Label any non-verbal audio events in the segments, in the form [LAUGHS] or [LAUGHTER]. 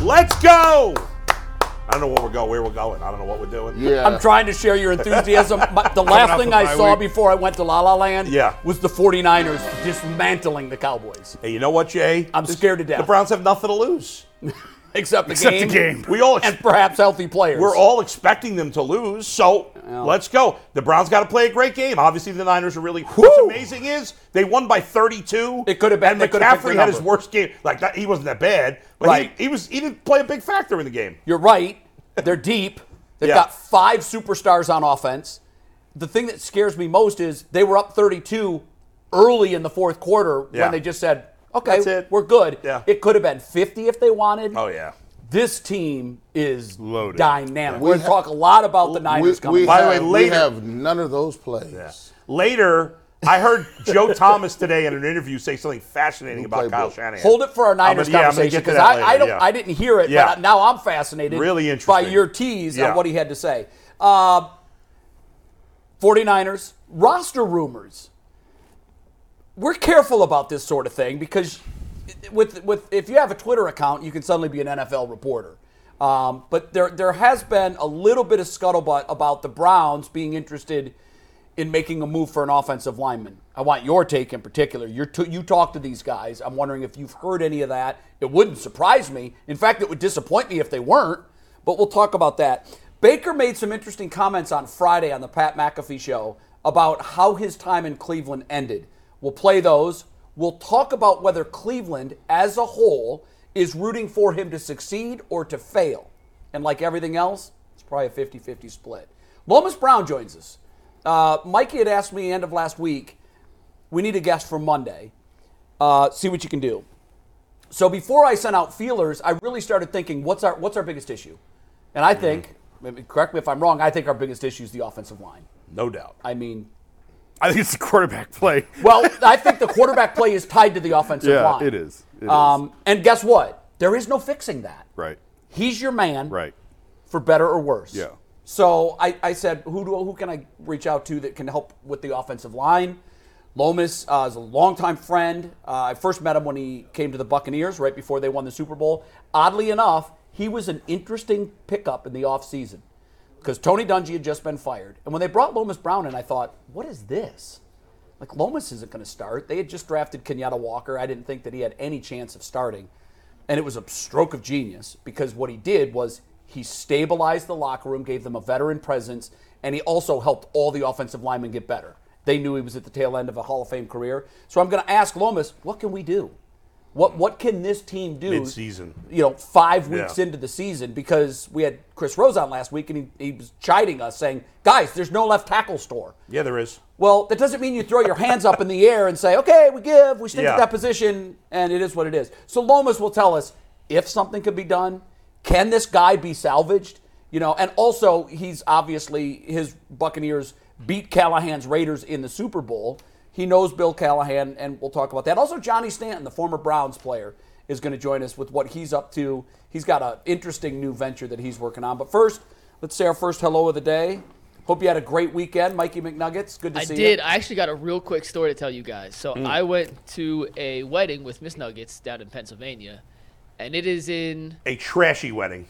Let's go! I don't know where we're going. Where we're going? I don't know what we're doing. Yeah. I'm trying to share your enthusiasm. [LAUGHS] but the off last thing the I bye saw week. before I went to La La Land Yeah. was the 49ers dismantling the Cowboys. Hey, you know what, Jay? I'm scared to death. The Browns have nothing to lose. Except the Except the game. game. We all And perhaps healthy players. we're all expecting them to lose. So let's go. The Browns got to play a great game. Obviously, the Niners are really. What's amazing is they won by 32. It could have been- And they could have picked McCaffrey their had his number. worst game. Like that, he wasn't that bad, but Right. he, he was. He didn't play a big factor in the game. You're right. They're deep. They've Yeah. got five superstars on offense. The thing that scares me most is they were up 32 early in the fourth quarter Yeah. when they just said, okay, That's it. we're good. Yeah. It could have been 50 if they wanted. Oh yeah. This team is Loaded. dynamic. We We are going to ha- talk a lot about the Niners coming we back. By the way, have- later- we have none of those plays. Later, I heard Joe Thomas today in an interview say something fascinating about playbook? Kyle Shanahan. Hold it for our Niners yeah, I'm gonna conversation get to because that I, I later, don't yeah. I didn't hear it, Yeah. but now I'm fascinated Really by interesting. your tease Yeah. on what he had to say. Uh, 49ers roster rumors. We're careful about this sort of thing because with with if you have a Twitter account, you can suddenly be an NFL reporter. Um, but there there has been a little bit of scuttlebutt about the Browns being interested in making a move for an offensive lineman. I want your take in particular. You're t- you talk to these guys. I'm wondering if you've heard any of that. It wouldn't surprise me. In fact, it would disappoint me if they weren't. But we'll talk about that. Baker made some interesting comments on Friday on the Pat McAfee show about how his time in Cleveland ended. We'll play those. We'll talk about whether Cleveland as a whole is rooting for him to succeed or to fail. And like everything else, it's probably a 50 50 split. Lomas Brown joins us. Uh, Mikey had asked me end of last week, we need a guest for Monday. Uh, see what you can do. So before I sent out feelers, I really started thinking, what's our what's our biggest issue? And I think, maybe- correct me if I'm wrong, I think our biggest issue is the offensive line. no doubt. I mean, I think it's the quarterback play. [LAUGHS] well, I think the quarterback play is tied to the offensive Yeah, line. it is. It is. Um, and guess what? There is no fixing that. Right. He's your man. Right. For better or worse. Yeah. So I, I said, who do who can I reach out to that can help with the offensive line? Lomas uh, is a longtime friend. Uh, I first met him when he came to the Buccaneers right before they won the Super Bowl. Oddly enough, he was an interesting pickup in the offseason because Tony Dungy had just been fired. And when they brought Lomas Brown in, I thought, what is this? Like Lomas isn't going to start. They had just drafted Kenyatta Walker. I didn't think that he had any chance of starting, and it was a stroke of genius because what he did was he stabilized the locker room, gave them a veteran presence, and he also helped all the offensive linemen get better. They knew he was at the tail end of a Hall of Fame career. So I'm going to ask Lomas, what can we do? What what can this team do Mid-season. You know, five weeks Yeah. into the season because we had Chris Rose on last week and he, he was chiding us saying, guys, there's no left tackle store. Yeah, there is. Well, that doesn't mean you throw your hands up in the air and say, okay, we give, we stick Yeah. at that position, and it is what it is. So Lomas will tell us if something could be done. Can this guy be salvaged? You know, and also he's obviously his Buccaneers beat Callahan's Raiders in the Super Bowl. He knows Bill Callahan, and we'll talk about that. Also, Johnny Stanton, the former Browns player, is going to join us with what he's up to. He's got an interesting new venture that he's working on. But first, let's say our first hello of the day. Hope you had a great weekend, Mikey McNuggets. Good to I see Mm. did. you. I actually got a real quick story to tell you guys. So I went to a wedding with Miss Nuggets down in Pennsylvania, and it is in. A trashy wedding.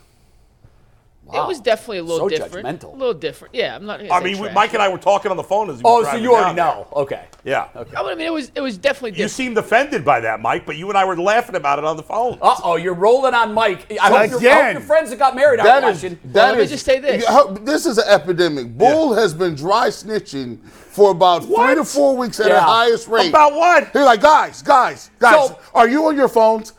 Wow. It was definitely a little So different. judgmental. A little different. Yeah, I'm not. Gonna I say mean, we, trash. Mike and I were talking on the phone as we were Oh, so driving you down already there. know. Okay. Yeah. I mean, it was it was definitely You different. seemed offended by that, Mike, but you and I were laughing about it on the phone. Uh oh, you're rolling on Mike. I hope, your- I hope your, Again. friends that got married That are is. watching. that let me is- just say this. you- how- This is an epidemic. Bull has been dry snitching for about three What? to four weeks at Yeah. the highest rate. about what? He's like, guys, guys, guys, So- are you on your phones?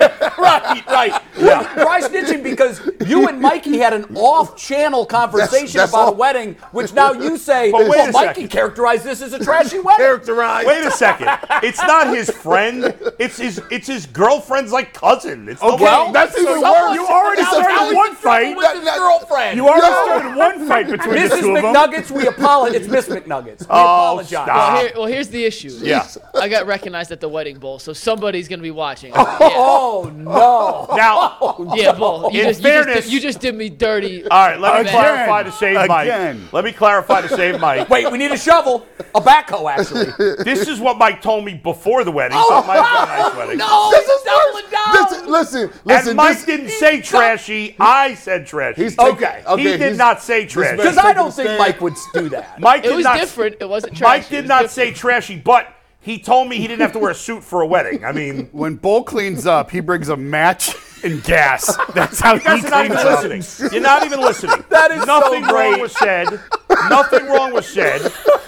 right, right. Yeah. Dry snitching because you and Mikey had an off-channel conversation that's about all. a wedding, which now you say, But wait well, a Mikey second. characterized this as a trashy wedding. Characterized. Wait a second. It's not his friend. It's his. It's his girlfriend's like cousin. It's the Okay, one- that's even someone- worse. You already It's fight. with his girlfriend. You are started one fight between the Mrs. two of them. McNuggets, we apologize. It's Miss McNuggets. We apologize. stop. Ah. Here, well, here's [LAUGHS] the issue. Yeah. [LAUGHS] I got recognized at the wedding bowl, so somebody's gonna [LAUGHS] be watching. Yeah, Oh no! Now, yeah bull. You In just, you just did- fairness- you just did me dirty. all right, let me Again. clarify to save Again. Mike. Let me clarify to save Mike. [LAUGHS] Wait, we need a shovel, a backhoe actually. [LAUGHS] This is what Mike told me before the wedding. so it might have been a nice wedding. No, This is doubling down. Listen, listen, listen. and Mike this- didn't say trashy. I said trashy. He's taking- Okay. okay, he did he's- not say man- trashy. Because I taking don't a think stand. Mike would do that. Mike It did was not, different. It wasn't trashy. Mike It did was not different. say trashy, but he told me he didn't have to wear a suit for a wedding. I mean, When Bull cleans up, he brings a match and gas. That's how he you guys cleans are not even up. listening. You're not even listening. That is so nothing wrong great. was said. Nothing wrong was said.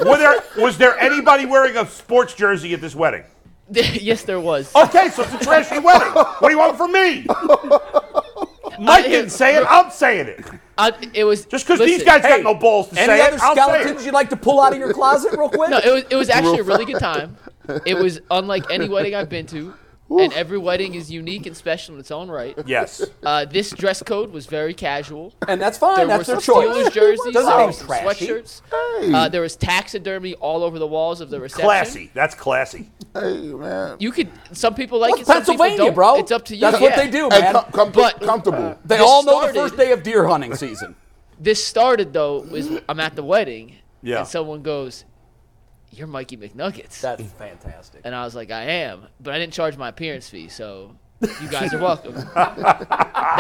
Were there, was there anybody wearing a sports jersey at this wedding? [LAUGHS] yes, there was. Okay, so it's a trashy wedding. What do you want from me? Mike didn't say it. I'm saying it. I, it was Just because these listen. guys got no balls to Any say other it, I'll say it. skeletons you'd like to pull out of your closet real quick? No, it was it was actually a really good time. It was unlike any wedding I've been to, and every wedding is unique and special in its own right. [LAUGHS] Yes. Uh, this dress code was very casual. and that's fine. There That's their were some choice. Steelers jerseys. Doesn't there mean were some trashy. sweatshirts. Uh, there was taxidermy all over the walls of the reception. Classy. That's classy. Hey, man. You could. Some people like What's it. Some people Pennsylvania, don't. bro? It's up to you. That's yeah. what they do, Hey, man. com- com- But- comfortable. they This all know the started- first day of deer hunting season. This started though was I'm at the wedding, Yeah. and someone goes, "You're Mikey McNuggets," That's fantastic. and I was like, "I am," but I didn't charge my appearance fee, so. You guys [LAUGHS] are welcome. that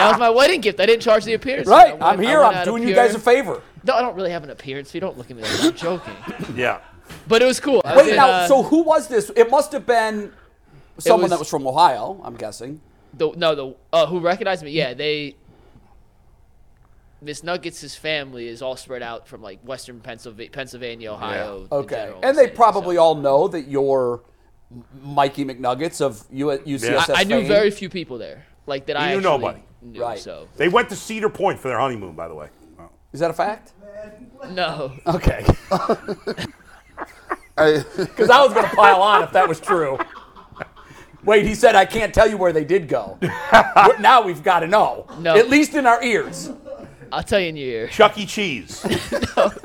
was my wedding gift. I didn't charge the appearance. fee. I Right, went- I'm I here. went out I'm of doing you pure- guys a favor. No, I don't really have an appearance fee. Don't look at me like I'm joking. Yeah. But it was cool. I was Wait, in, now, uh, so who was this? It must have been someone was- that was from Ohio, I'm guessing. The, no, the uh, who recognized me? Yeah, they. Miss Nuggets' family is all spread out from like Western Pennsylvania, Pennsylvania, Ohio. the Okay, general and they vicinity, probably so- all know that you're Mikey McNuggets of U- UCSF. I, I knew fame. very few people there. Like that, I You actually knew nobody. knew. Right. So They went to Cedar Point for their honeymoon, by the way. Is that a fact? no, Okay, Hey, because I was going to pile on if that was true. Wait, he said I can't tell you where they did go. But now we've got to know, No. at least in our ears. I'll tell you in your ear. Chuck E. Cheese.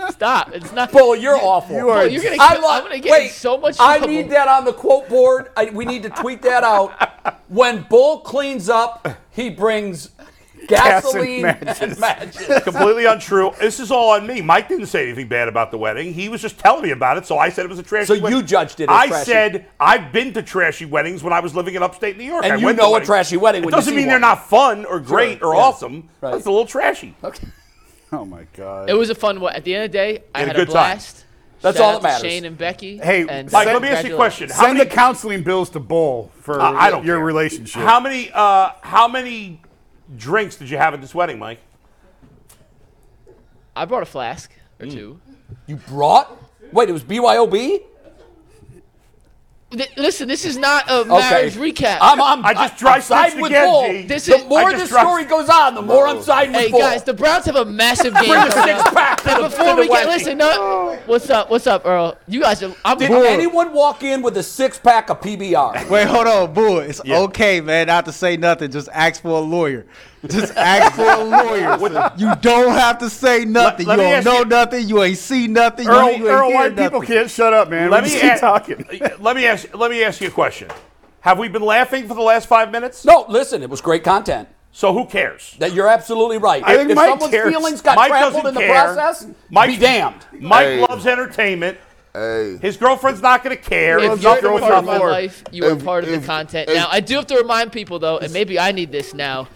Stop. It's not. Bull, you're awful. you are- Bull, you're gonna I kill- lo- I'm gonna get wait, in so much I trouble. need that on the quote board. I, we need to tweet that out. When Bull cleans up, he brings gasoline matches. and matches. Completely untrue. This is all on me. Mike didn't say anything bad about the wedding. He was just telling me about it, so I said it was a trashy So wedding. you judged it as I trashy. said I've been to trashy weddings when I was living in upstate New York. And I you went to know a weddings. trashy wedding It when you doesn't see mean one. they're not fun or great Sure, or yeah. awesome. Right. That's a little trashy. Okay. Oh my god. It was a fun one. At the end of the day, I had had a a, good time. blast. That's Shout all out that to matters. Shane and Becky. Hey, and Mike, Mike, let me ask you a question. How Send many the counseling bills to Bull for Uh, I don't your care. relationship. how many uh, how many drinks did you have at this wedding, Mike? I brought a flask or Mm. two. You brought? Wait, it was BYOB? Th- listen, this is not a marriage recap. I'm, I'm, I just I'm dry snitched siding with again, Bull. G. This the is- more I just this tried- story goes on, the more I'm siding with Hey Bull. guys, the Browns have a massive game. coming up. pack to But the- before to the we get wacky. listen, no, what's up? What's up, Earl? You guys are. I'm Did I'm- anyone walk in with a six pack of PBR? Wait, hold on, boo. It's okay, man, not to say nothing. Just ask for a lawyer. Just ask for a [LAUGHS] lawyer. you don't have to say nothing. let you me don't ask know you- nothing. You ain't see nothing. Earl, you ain't, you ain't Earl, hear white people nothing. can't shut up, man. Let we me just keep ask, talking. [LAUGHS] let me ask let me ask you a question. Have we been laughing for the last five minutes? No, listen, it was great content. So who cares? That you're absolutely right. I think if Mike someone's cares. feelings got Mike trampled doesn't in the care. process, Mike- be damned. Mike Hey. loves entertainment. hey. His girlfriend's not going to care. If Nothing you're a with part of my nothing. life, you are If- part of the if- content. if- now, I do have to remind people, though, and maybe I need this now,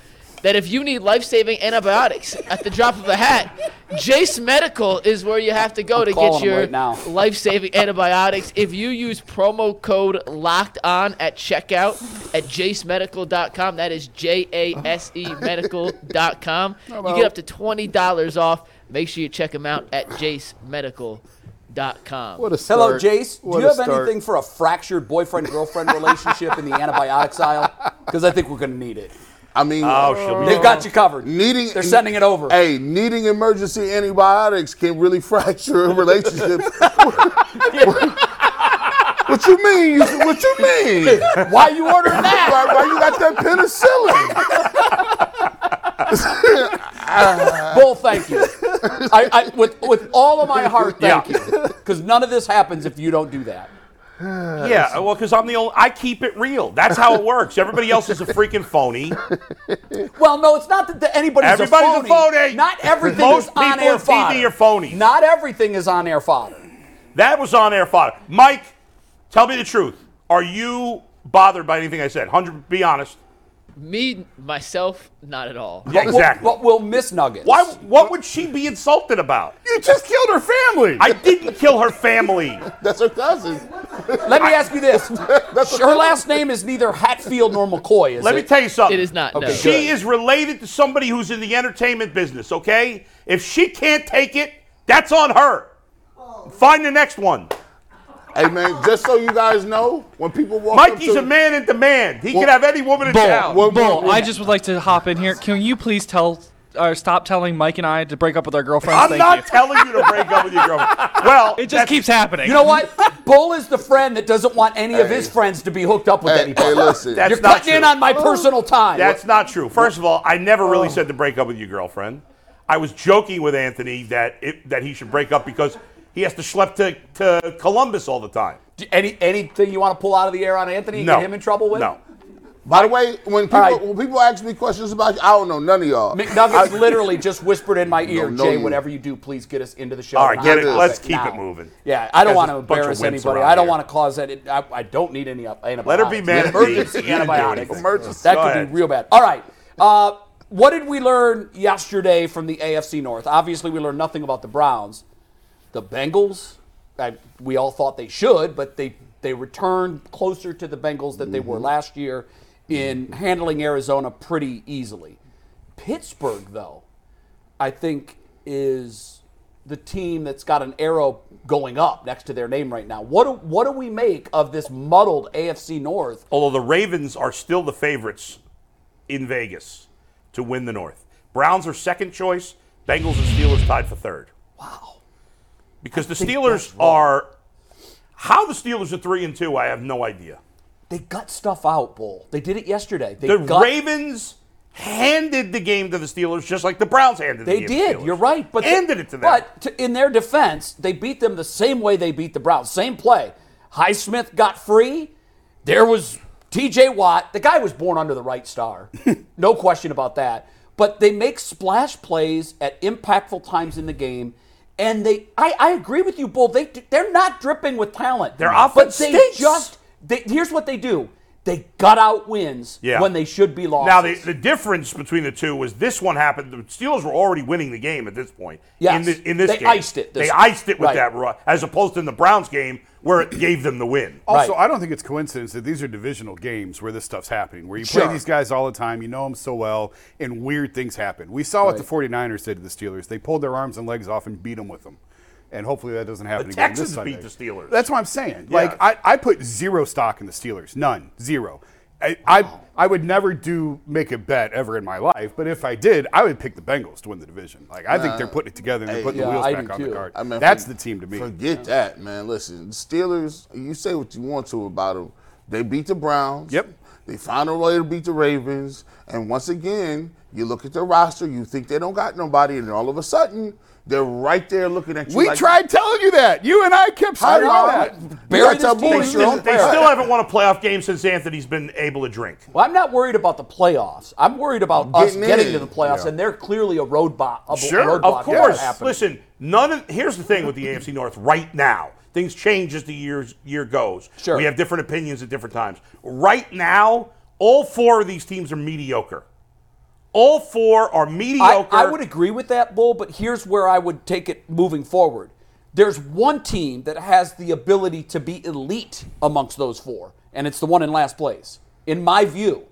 that if you need life saving antibiotics at the drop of a hat, Jace Medical is where you have to go to calling get them your right now. [LAUGHS] life saving antibiotics. If you use promo code locked on at checkout at jacemedical.com, that is J A S E [LAUGHS] medical.com, you get up to $20 off. Make sure you check them out at jacemedical.com. What a Hello, start. Jace. What Do you a have start. anything for a fractured boyfriend [LAUGHS] girlfriend relationship in the antibiotics aisle? Because I think we're going to need it. I mean, Oh, she'll be They've got you covered. needing Uh, They're sending it over. Hey, needing emergency antibiotics can really [LAUGHS] fracture a relationship. [LAUGHS] what you mean? You- What you mean? [LAUGHS] why, Why you ordering that? why you got that penicillin? Bull, thank you. I, I, with, with all of my heart, thank Yeah. you. Because none of this happens if you don't do that. Yeah, well, because I'm the only. I keep it real. That's how it works. Everybody else is a frereaking phony. Well, no, it's not that the, anybody's, Everybody's a a phony. phony. Not everything Most is on people air on TV fodder. are phonies. Not everything is on air fodder. That was on air fodder. Mike, tell me the truth. Are you bothered by anything I said? Hundred. Be honest. Me, myself, not at all. Yeah, exactly. But we'll miss Nuggets. Why? What would she be insulted about? You just killed her family. I didn't kill her family. That's her cousin. Let me ask [LAUGHS] you this. Her last name is neither Hatfield nor McCoy, is Let it? me tell you something. It is not. no. Okay, She is related to somebody who's in the entertainment business, okay? If she can't take it, that's on her. Find the next one. Hey man, just so you guys know, when people walk up Mikey's to a man in demand. He Well, can have any woman in town. Well, Bull, well, Bull, well. I just would like to hop in here. Can you please tell or stop telling Mike and I to break up with our girlfriends? I'm Thank not you. telling you to break up with your girlfriend. Well, It just keeps happening. You know what? Bull is the friend that doesn't want any of his friends to be hooked up with Hey, anybody. hey, listen. That's You're not cutting in true. on my personal time. That's not true. First of all, I never really Oh. said to break up with your girlfriend. I was joking with Anthony that it, that he should break up because he has to schlep to, to Columbus all the time. Do- Any anything you want to pull out of the air on Anthony and No. get him in trouble with? No. By the way, when people right. when people ask me questions about you, I don't know none of y'all. McNuggets literally just whispered in my ear, no, Jay, you- whenever you do, please get us into the show. All right, on get the it. topic Let's keep it now." moving. Yeah, I don't Guys, want to there's a bunch of embarrass wimps anybody. around I don't here. want to cause any. I, I don't need any uh, up- antibiotics. Let her be mad at me. Emergency You didn't do antibiotics. anything. Emergency. That Go could ahead. be real bad. All right. Uh, what did we learn yesterday from the AFC North? Obviously, we learned nothing about the Browns. The Bengals, I, we all thought they should, but they they returned closer to the Bengals than they were Mm-hmm. last year in handling Arizona pretty easily. Pittsburgh, though, I think is the team that's got an arrow going up next to their name right now. What do, what do we make of this muddled AFC North? Although the Ravens are still the favorites in Vegas to win the North. Browns are second choice. Bengals and Steelers tied for third. Wow. Because the Steelers are how the Steelers are three and two, I have no idea. They gut stuff out, Bull. They did it yesterday. They The gut, Ravens handed the game to the Steelers just like the Browns handed the They game to did. the Steelers. You're right. But handed it to them. But to, in their defense, they beat them the same way they beat the Browns. Same play. Highsmith got free. There was T.J. Watt. The guy was born under the right star. [LAUGHS] no question about that. But they make splash plays at impactful times in the game. And they, I, I agree with you, Bull. They, they're not dripping with talent. Their but offense they stinks. just, they, here's what they do. They gut out wins Yeah. when they should be lost. Now the, the difference between the two was this one happened. The Steelers were already winning the game at this point. In Yes. this, in this They game, iced it this they time. iced it with Right. that ru- as opposed to in the Browns game where it gave them the win. Also, Right. I don't think it's coincidence that these are divisional games where this stuff's happening, where you Sure. play these guys all the time, you know them so well, and weird things happen. We saw what the 49ers did to the Steelers. They pulled their arms and legs off and beat them with them. And hopefully that doesn't happen The again Texans this Sunday. beat the Steelers. That's what I'm saying. Like, I, I put zero stock in the Steelers. None. Zero. I, I, I would never do make a bet ever in my life, but if I did, I would pick the Bengals to win the division. Like, I think they're putting it together and they're putting Uh, yeah, the wheels I back do on too. the card. I mean, That's for- the team to me. Forget that, man. Listen, the Steelers, you say what you want to about them. They beat the Browns. Yep. They found a way to beat the Ravens. And once again, you look at their roster, you think they don't got nobody, and then all of a sudden, they're right there looking at you. We like, tried telling you that. You and I kept How saying do y'all that. Bury That's this a team in They bullshit. your still, own they still haven't won a playoff game since Anthony's been able to drink. Well, I'm not worried about the playoffs. I'm worried about us Getting getting in. to the playoffs, Yeah. and they're clearly a roadblock. A roadblock of to that course. happening. Listen, none of here's the thing with the AFC North right now. Things change as the years year goes. Sure. We have different opinions at different times. Right now, all four of these teams are mediocre. All four are I, mediocre. I would agree with that, Bull, but here's where I would take it moving forward. There's one team that has the ability to be elite amongst those four, and it's the one in last place. In my view,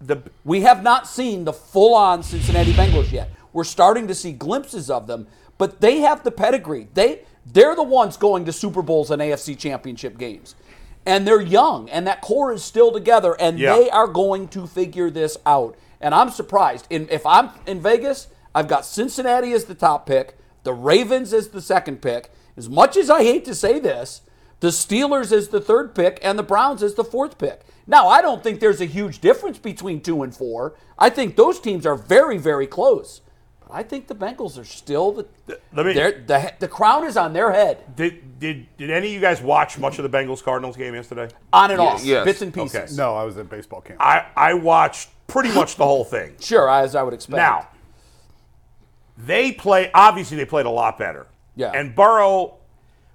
the, we have not seen the full on Cincinnati Bengals yet. We're starting to see glimpses of them, but they have the pedigree. They they're the ones going to Super Bowls and AFC championship games. And they're young and that core is still together and Yeah. they are going to figure this out. And I'm surprised. In if I'm in Vegas, I've got Cincinnati as the top pick, the Ravens as the second pick. As much as I hate to say this, the Steelers is the third pick, and the Browns is the fourth pick. Now, I don't think there's a huge difference between two and four. I think those teams are very, very close. I think the Bengals are still the Let me. they're- the the crown is on their head Did, did did any of you guys watch much of the Bengals Cardinals game yesterday? on and off, Yes. bits and pieces. No, I was at baseball camp. I I watched pretty much the whole thing. Sure, as I would expect. Now, they play. Obviously, they played a lot better. Yeah. And Burrow,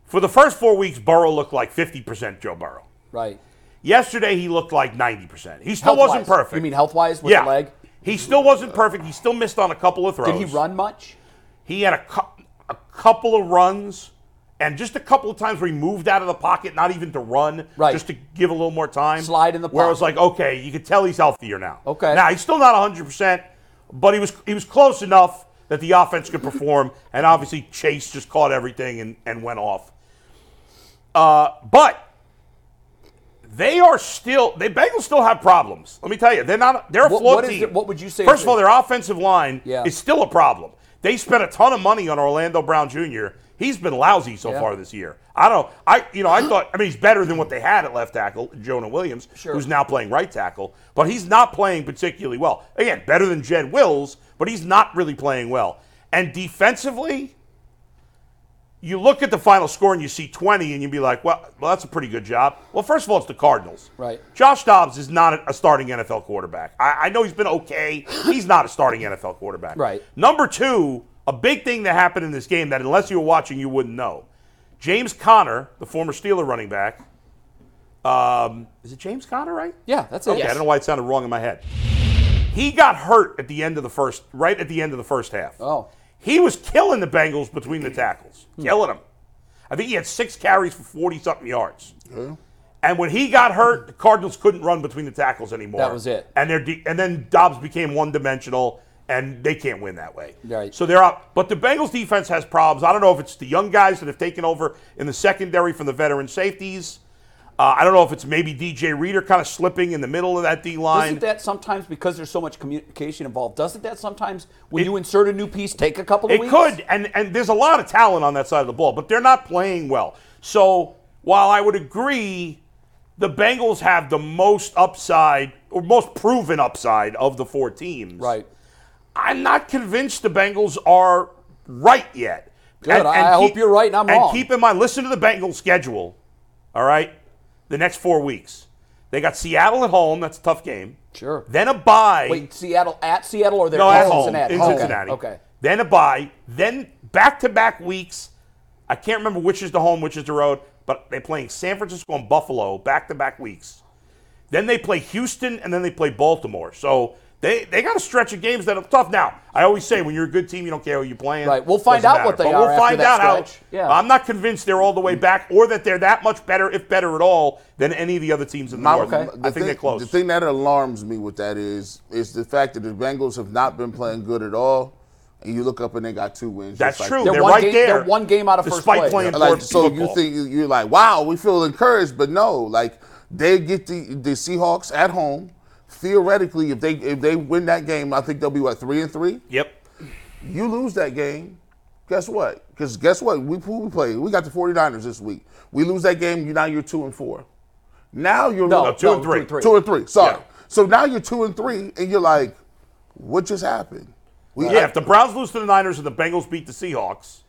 for the first four weeks, Burrow looked like fifty percent Joe Burrow. right? Yesterday, he looked like ninety percent. He still wasn't Health-wise. perfect. You mean health wise with yeah. the leg? He still wasn't perfect. He still missed on a couple of Did throws. he run much? He had a, cou- a couple of runs and just a couple of times where he moved out of the pocket, not even to run, Right. just to give a little more time. Slide in the Where I was pocket. like, okay, you could tell he's healthier now. Okay. Now, he's still not 100%, but he was, he was close enough that the offense could perform. and obviously, Chase just caught everything and, and went off. Uh, but they are still they Bengals still have problems. Let me tell you, they're not they're a What- flawed what is team. it- what would you say First is of all, it- their offensive line Yeah. is still a problem. They spent a ton of money on Orlando Brown Jr. He's been lousy so Yeah. far this year. I don't I you know I thought I mean he's better than what they had at left tackle Jonah Williams, Sure. who's now playing right tackle, but he's not playing particularly well. Again, better than Jed Wills, but he's not really playing well. And defensively, you look at the final score and you see 20 and you'd be like, well, well that's a pretty good job. Well, first of all, it's the Cardinals. Right. Josh Dobbs is not a- a starting NFL quarterback. I, I know he's been okay. He's not a starting NFL quarterback. Right. Number two, a big thing that happened in this game that unless you were watching, you wouldn't know. James Conner, the former Steeler running back, um, is it James Conner, right? Yeah, that's it. Okay, I don't know why it sounded wrong in my head. He got hurt at the end of the first, right at the end of the first half. Oh. Hmm. He was killing the Bengals between the tackles, killing them. I think he had six carries for 40 something yards. And when he got hurt, the Cardinals couldn't run between the tackles anymore. That was it. And their de- and then Dobbs became one dimensional, and they can't win that way. Right. So they're out. But the Bengals defense has problems. I don't know if it's the young guys that have taken over in the secondary from the veteran safeties. Uh, I don't know if it's maybe DJ Reader kind of slipping in the middle of that D line. Doesn't that sometimes, because there's so much communication involved, doesn't that sometimes, when you insert a new piece, take a couple of It weeks? could, and and there's a lot of talent on that side of the ball, but they're not playing well. So while I would agree, the Bengals have the most upside or most proven upside of the four teams. Right. I'm not convinced the Bengals are right yet. Good. I- I hope you're right and I'm wrong. keep in mind, listen to the Bengals schedule. All right, the next four weeks, they got Seattle at home. That's a tough game. Sure. Then a bye. Wait, Seattle at Seattle or they're No, in at home Cincinnati? in Okay, Cincinnati. Okay. Then a bye. Then back-to-back weeks. I can't remember which is the home, which is the road, but they're playing San Francisco and Buffalo back-to-back weeks. Then they play Houston, and then they play Baltimore. So they they got a stretch of games that are tough. Now, I always say when you're a good team, you don't care who you're playing. Right, we'll find Doesn't out what matter. they but are We'll after find that out stretch. how. Yeah. I'm not convinced they're all the way back, or that they're that much better, if better at all, than any of the other teams in the Not- north. okay. I The think they're close. The thing that alarms me with that is is the fact that the Bengals have not been playing good at all, and you look up and they got two wins. That's just like true. that. They're, They're one right game- there. they're one game out of first despite place. playing Yeah. poor Like so, you football. think you're like, wow, we feel encouraged, but no, like they get the the Seahawks at home. Theoretically, if they if they win that game, I think they'll be what three and three. Yep. You lose that game, guess what? Because guess what? We who we play? We got the 49ers this week. We lose that game, you now you're two and four. Now you're No, two no, and three. two and three. Sorry. Yeah. So now you're two and three, and you're like, what just happened? We, Yeah, if the Browns lose to the Niners and the Bengals beat the Seahawks,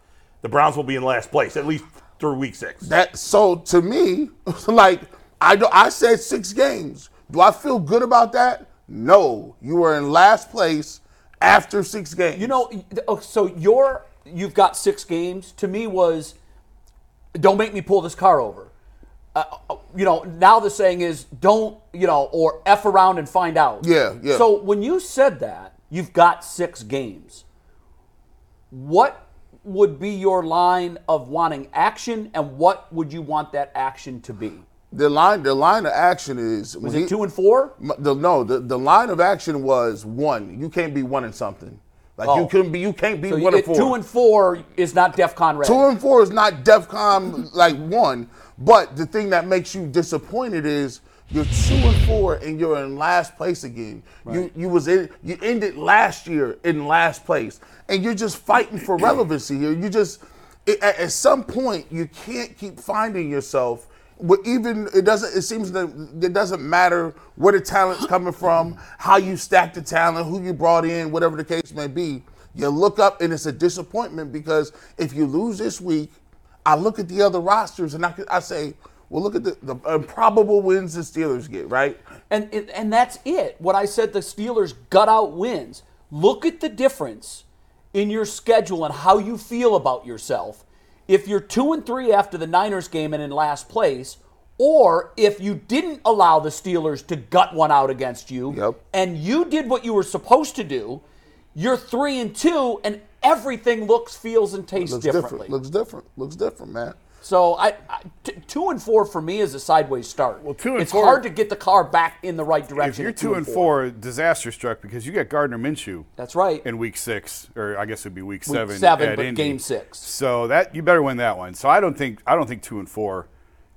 the Browns will be in last place at least through Week Six. that so to me, [LAUGHS] like I do, I said six games. Do I feel good about that? No, you were in last place after six games. You know, oh, so your you've got six games. To me, was don't make me pull this car over. Uh, you know, now the saying is don't you know or f around and find out. Yeah, yeah. So when you said that, you've got six games. What would be your line of wanting action, and what would you want that action to be? the line, the line of action is Was it two and four? M- The, no, the, the line of action was one. You can't be one in something. Like Oh. you couldn't be. You can't be So one you- in four. Two and four is not DefCon red. Two and four is not DefCon like one. But the thing that makes you disappointed is you're two and four and you're in last place again. You you was in you ended last year in last place and you're just fighting for relevancy here. You just it, at, at some point you can't keep finding yourself. But even it doesn't. It seems that it doesn't matter where the talent's coming from, how you stack the talent, who you brought in, whatever the case may be. You look up and it's a disappointment because if you lose this week, I look at the other rosters and I, could- I say, well, look at the, the improbable wins the Steelers get, right? And and- and that's it. What I said, the Steelers gut out wins. Look at the difference in your schedule and how you feel about yourself. If you're two and three after the Niners game and in last place, or if you didn't allow the Steelers to gut one out against you, Yep. and you did what you were supposed to do, you're three and two, and everything looks, feels, and tastes Looks differently. different. Looks different. Looks different, man. So I, I t- two and four for me is a sideways start. Well, two and it's four- hard to get the car back in the right If direction. you're at two and four, disaster struck because you got Gardner Minshew. that's right. in week six, or I guess it'd be week seven. seven, at but Indy. game six. So that you better win that one. So I don't think I don't think two and four.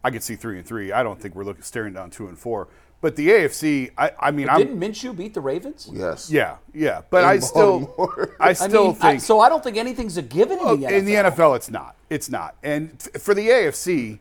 I could see three and three. I don't think we're looking staring down two and four. But the AFC, I, I mean, I'm Didn't Minshew beat the Ravens? Yes. yeah, yeah. But I still, Baltimore. Oh, I I still mean, think I, so I don't think anything's a given in the Well, NFL. in the NFL, it's not. It's not. And t- for the AFC,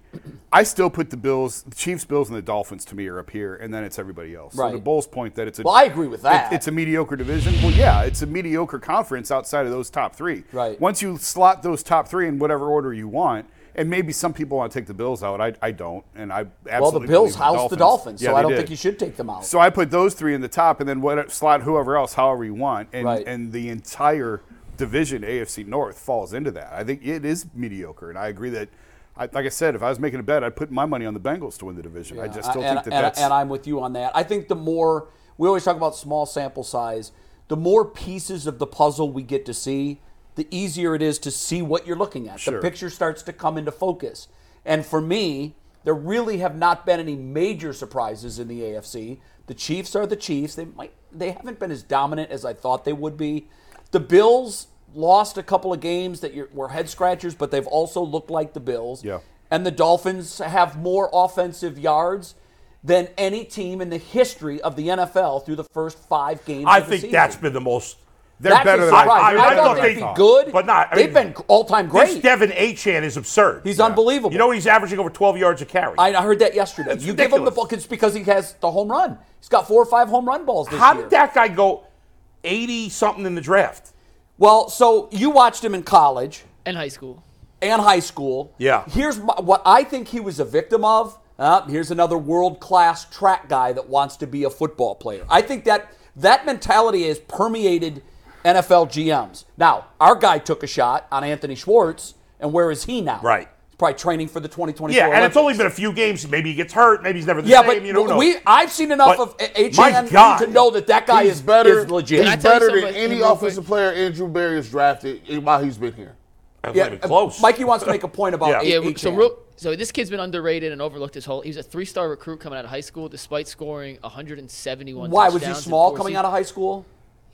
I still put the Bills, the Chiefs, Bills, and the Dolphins to me are up here, and then it's everybody else. So to Right. Bull's point that it's a Well, I agree with it- that. it's a mediocre division. Well, yeah, it's a mediocre conference outside of those top three. Right. Once you slot those top three in whatever order you want. And maybe some people want to take the Bills out. I, I don't, and I absolutely well, the Bills believe housed the Dolphins, Yeah, so they I don't did. think you should take them out. So I put those three in the top, and then what slot whoever else, however you want, and Right. and the entire division AFC North falls into that. I think it is mediocre, and I agree that. I, like I said, if I was making a bet, I'd put my money on the Bengals to win the division. I just don't and, think that and, that's. and I'm with you on that. I think the more we always talk about small sample size, the more pieces of the puzzle we get to see, the easier it is to see what you're looking at. The picture starts to come into focus. And for me, there really have not been any major surprises in the AFC. The Chiefs are the Chiefs. They might they haven't been as dominant as I thought they would be. The Bills lost a couple of games that you're, were head scratchers, but they've also looked like the Bills Yeah. and the Dolphins have more offensive yards than any team in the history of the NFL through the first five games. I of the think season. that's been the most. They're That's better a than I surprise. thought. I, I thought they'd thought they be thought. good, but not. I they've mean, been all time This great. Devin Achan is absurd. He's unbelievable. You know he's averaging over 12 yards a carry. I I heard that yesterday. That's you give him the ridiculous. ball it's because he has the home run. He's got four or five home run balls this How year. did that guy go 80 something in the draft? well, so you watched him in college. in high school. and high school. Yeah. Here's my, what I think he was a victim of. Uh, here's another world class track guy that wants to be a football player. I think that that mentality has permeated NFL GMs. Now, our guy took a shot on Anthony Schwartz, and where is he now? Right. He's probably training for the 2024. Yeah, and it's Olympics. only been a few games. Maybe he gets hurt. Maybe he's never the Yeah, same. but you don't know. we I've seen enough But, of my HN God. to know that that guy He's is better. is legit. Can I He's tell you better than something, any real offensive player Andrew Barry has drafted in- while he's been here. That's yeah, not even close. Mikey wants to make a point about Yeah. Yeah, A- so HN. real, so this kid's been underrated and overlooked his whole. He was a three-star recruit coming out of high school, despite scoring 171. Why was he touchdowns in small four coming seasons. out of high school?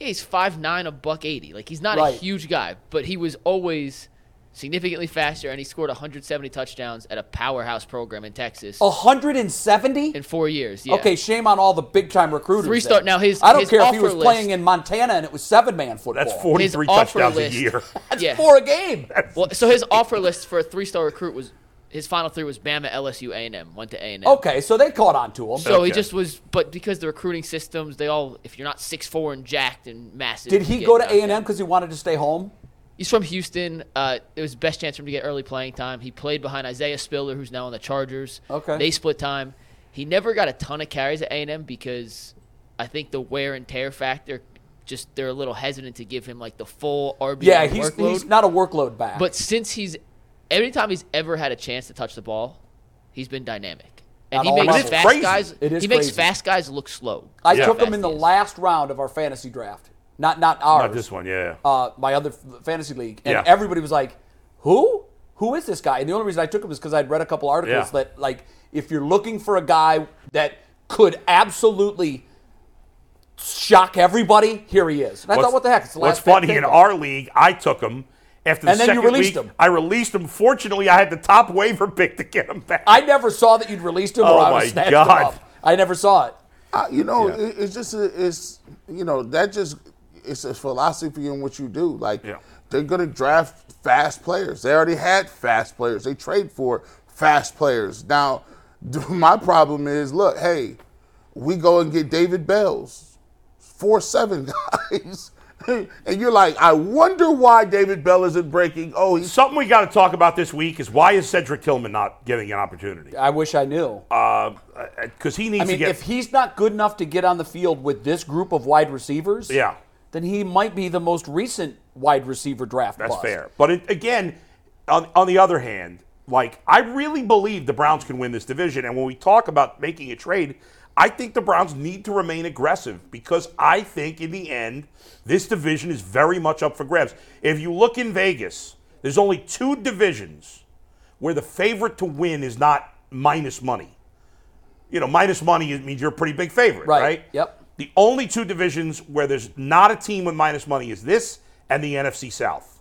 Yeah, he's 5'9", a buck eighty. Like he's not Right. a huge guy, but he was always significantly faster, and he scored 170 touchdowns at a powerhouse program in Texas 170? in four years. Yeah. Oh. Okay, shame on all the big time recruiters. Three then. star- now his- I don't his care if he was offer list- playing in Montana and it was seven man football. That's 43 His offer touchdowns list- a year. yeah. for a game. Well, so his offer list for a three-star recruit was his final three was Bama, LSU, A and M. Went to A and M. Okay, so they caught on to him. So he Okay. just was, but because the recruiting systems, they all if you're not six four and jacked and massive. Did you he get go to knocked A and M down. because he wanted to stay home? He's from Houston. Uh, it was best chance for him to get early playing time. He played behind Isaiah Spiller, who's now on the Chargers. Okay. They split time. He never got a ton of carries at A and M because I think the wear and tear factor, just they're a little hesitant to give him like the full RB Yeah, he's, workload. he's not a workload back. But since he's every time he's ever had a chance to touch the ball, he's been dynamic. And On he all makes levels. fast Crazy. guys It is he makes crazy. fast guys look slow. I Yeah. took him in the Fast is. last round of our fantasy draft. Not not ours. Not this one, yeah. Uh, my other f- fantasy league, and Yeah. everybody was like, "Who? Who is this guy?" And the only reason I took him is because I'd read a couple articles Yeah. that like if you're looking for a guy that could absolutely shock everybody, here he is. And I thought, what the heck? It's the What's last big funny thing. in our league, I took him after the And then you second released week. him. I released him. Fortunately, I had the top waiver [LAUGHS] pick to get him back. I never saw that you'd released him. or Oh I would my have snatched God. Him up. I never saw it. I, you know, Yeah. it, it's just a, it's you know that just it's a philosophy in what you do. Like Yeah. they're gonna draft fast players. They already had fast players. They trade for fast players. Now, [LAUGHS] my problem is, look, hey, we go and get David Bell's four seven [LAUGHS] guys and you're like, I wonder why David Bell isn't breaking. Oh, he's Something we got to talk about this week is why is Cedric Tillman not getting an opportunity? I wish I knew. Because he needs I mean, Uh, to get. if he's not good enough to get on the field with this group of wide receivers, Yeah. then he might be the most recent wide receiver draft. That's bust. fair. But it, again, on, on the other hand, like I really believe the Browns can win this division. And when we talk about making a trade, I think the Browns need to remain aggressive because I think in the end, this division is very much up for grabs. If you look in Vegas, there's only two divisions where the favorite to win is not minus money. You know, minus money means you're a pretty big favorite, Right. right? Yep. The only two divisions where there's not a team with minus money is this and the NFC South.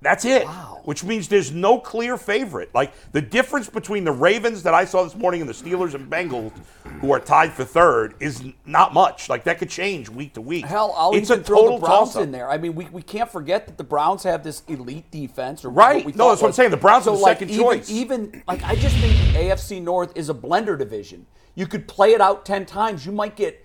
That's it. Wow. Which means there's no clear favorite. Like the difference between the Ravens that I saw this morning and the Steelers and Bengals, who are tied for third, is n- not much. Like that could change week to week. Hell, I'll it's even a throw total the Browns toss-up. in there. I mean, we, we can't forget that the Browns have this elite defense. Or Right. What we No, thought that's what I'm was. saying. The Browns so are the like, second even, choice. Even like I just think AFC North is a blender division. You could play it out ten times. You might get,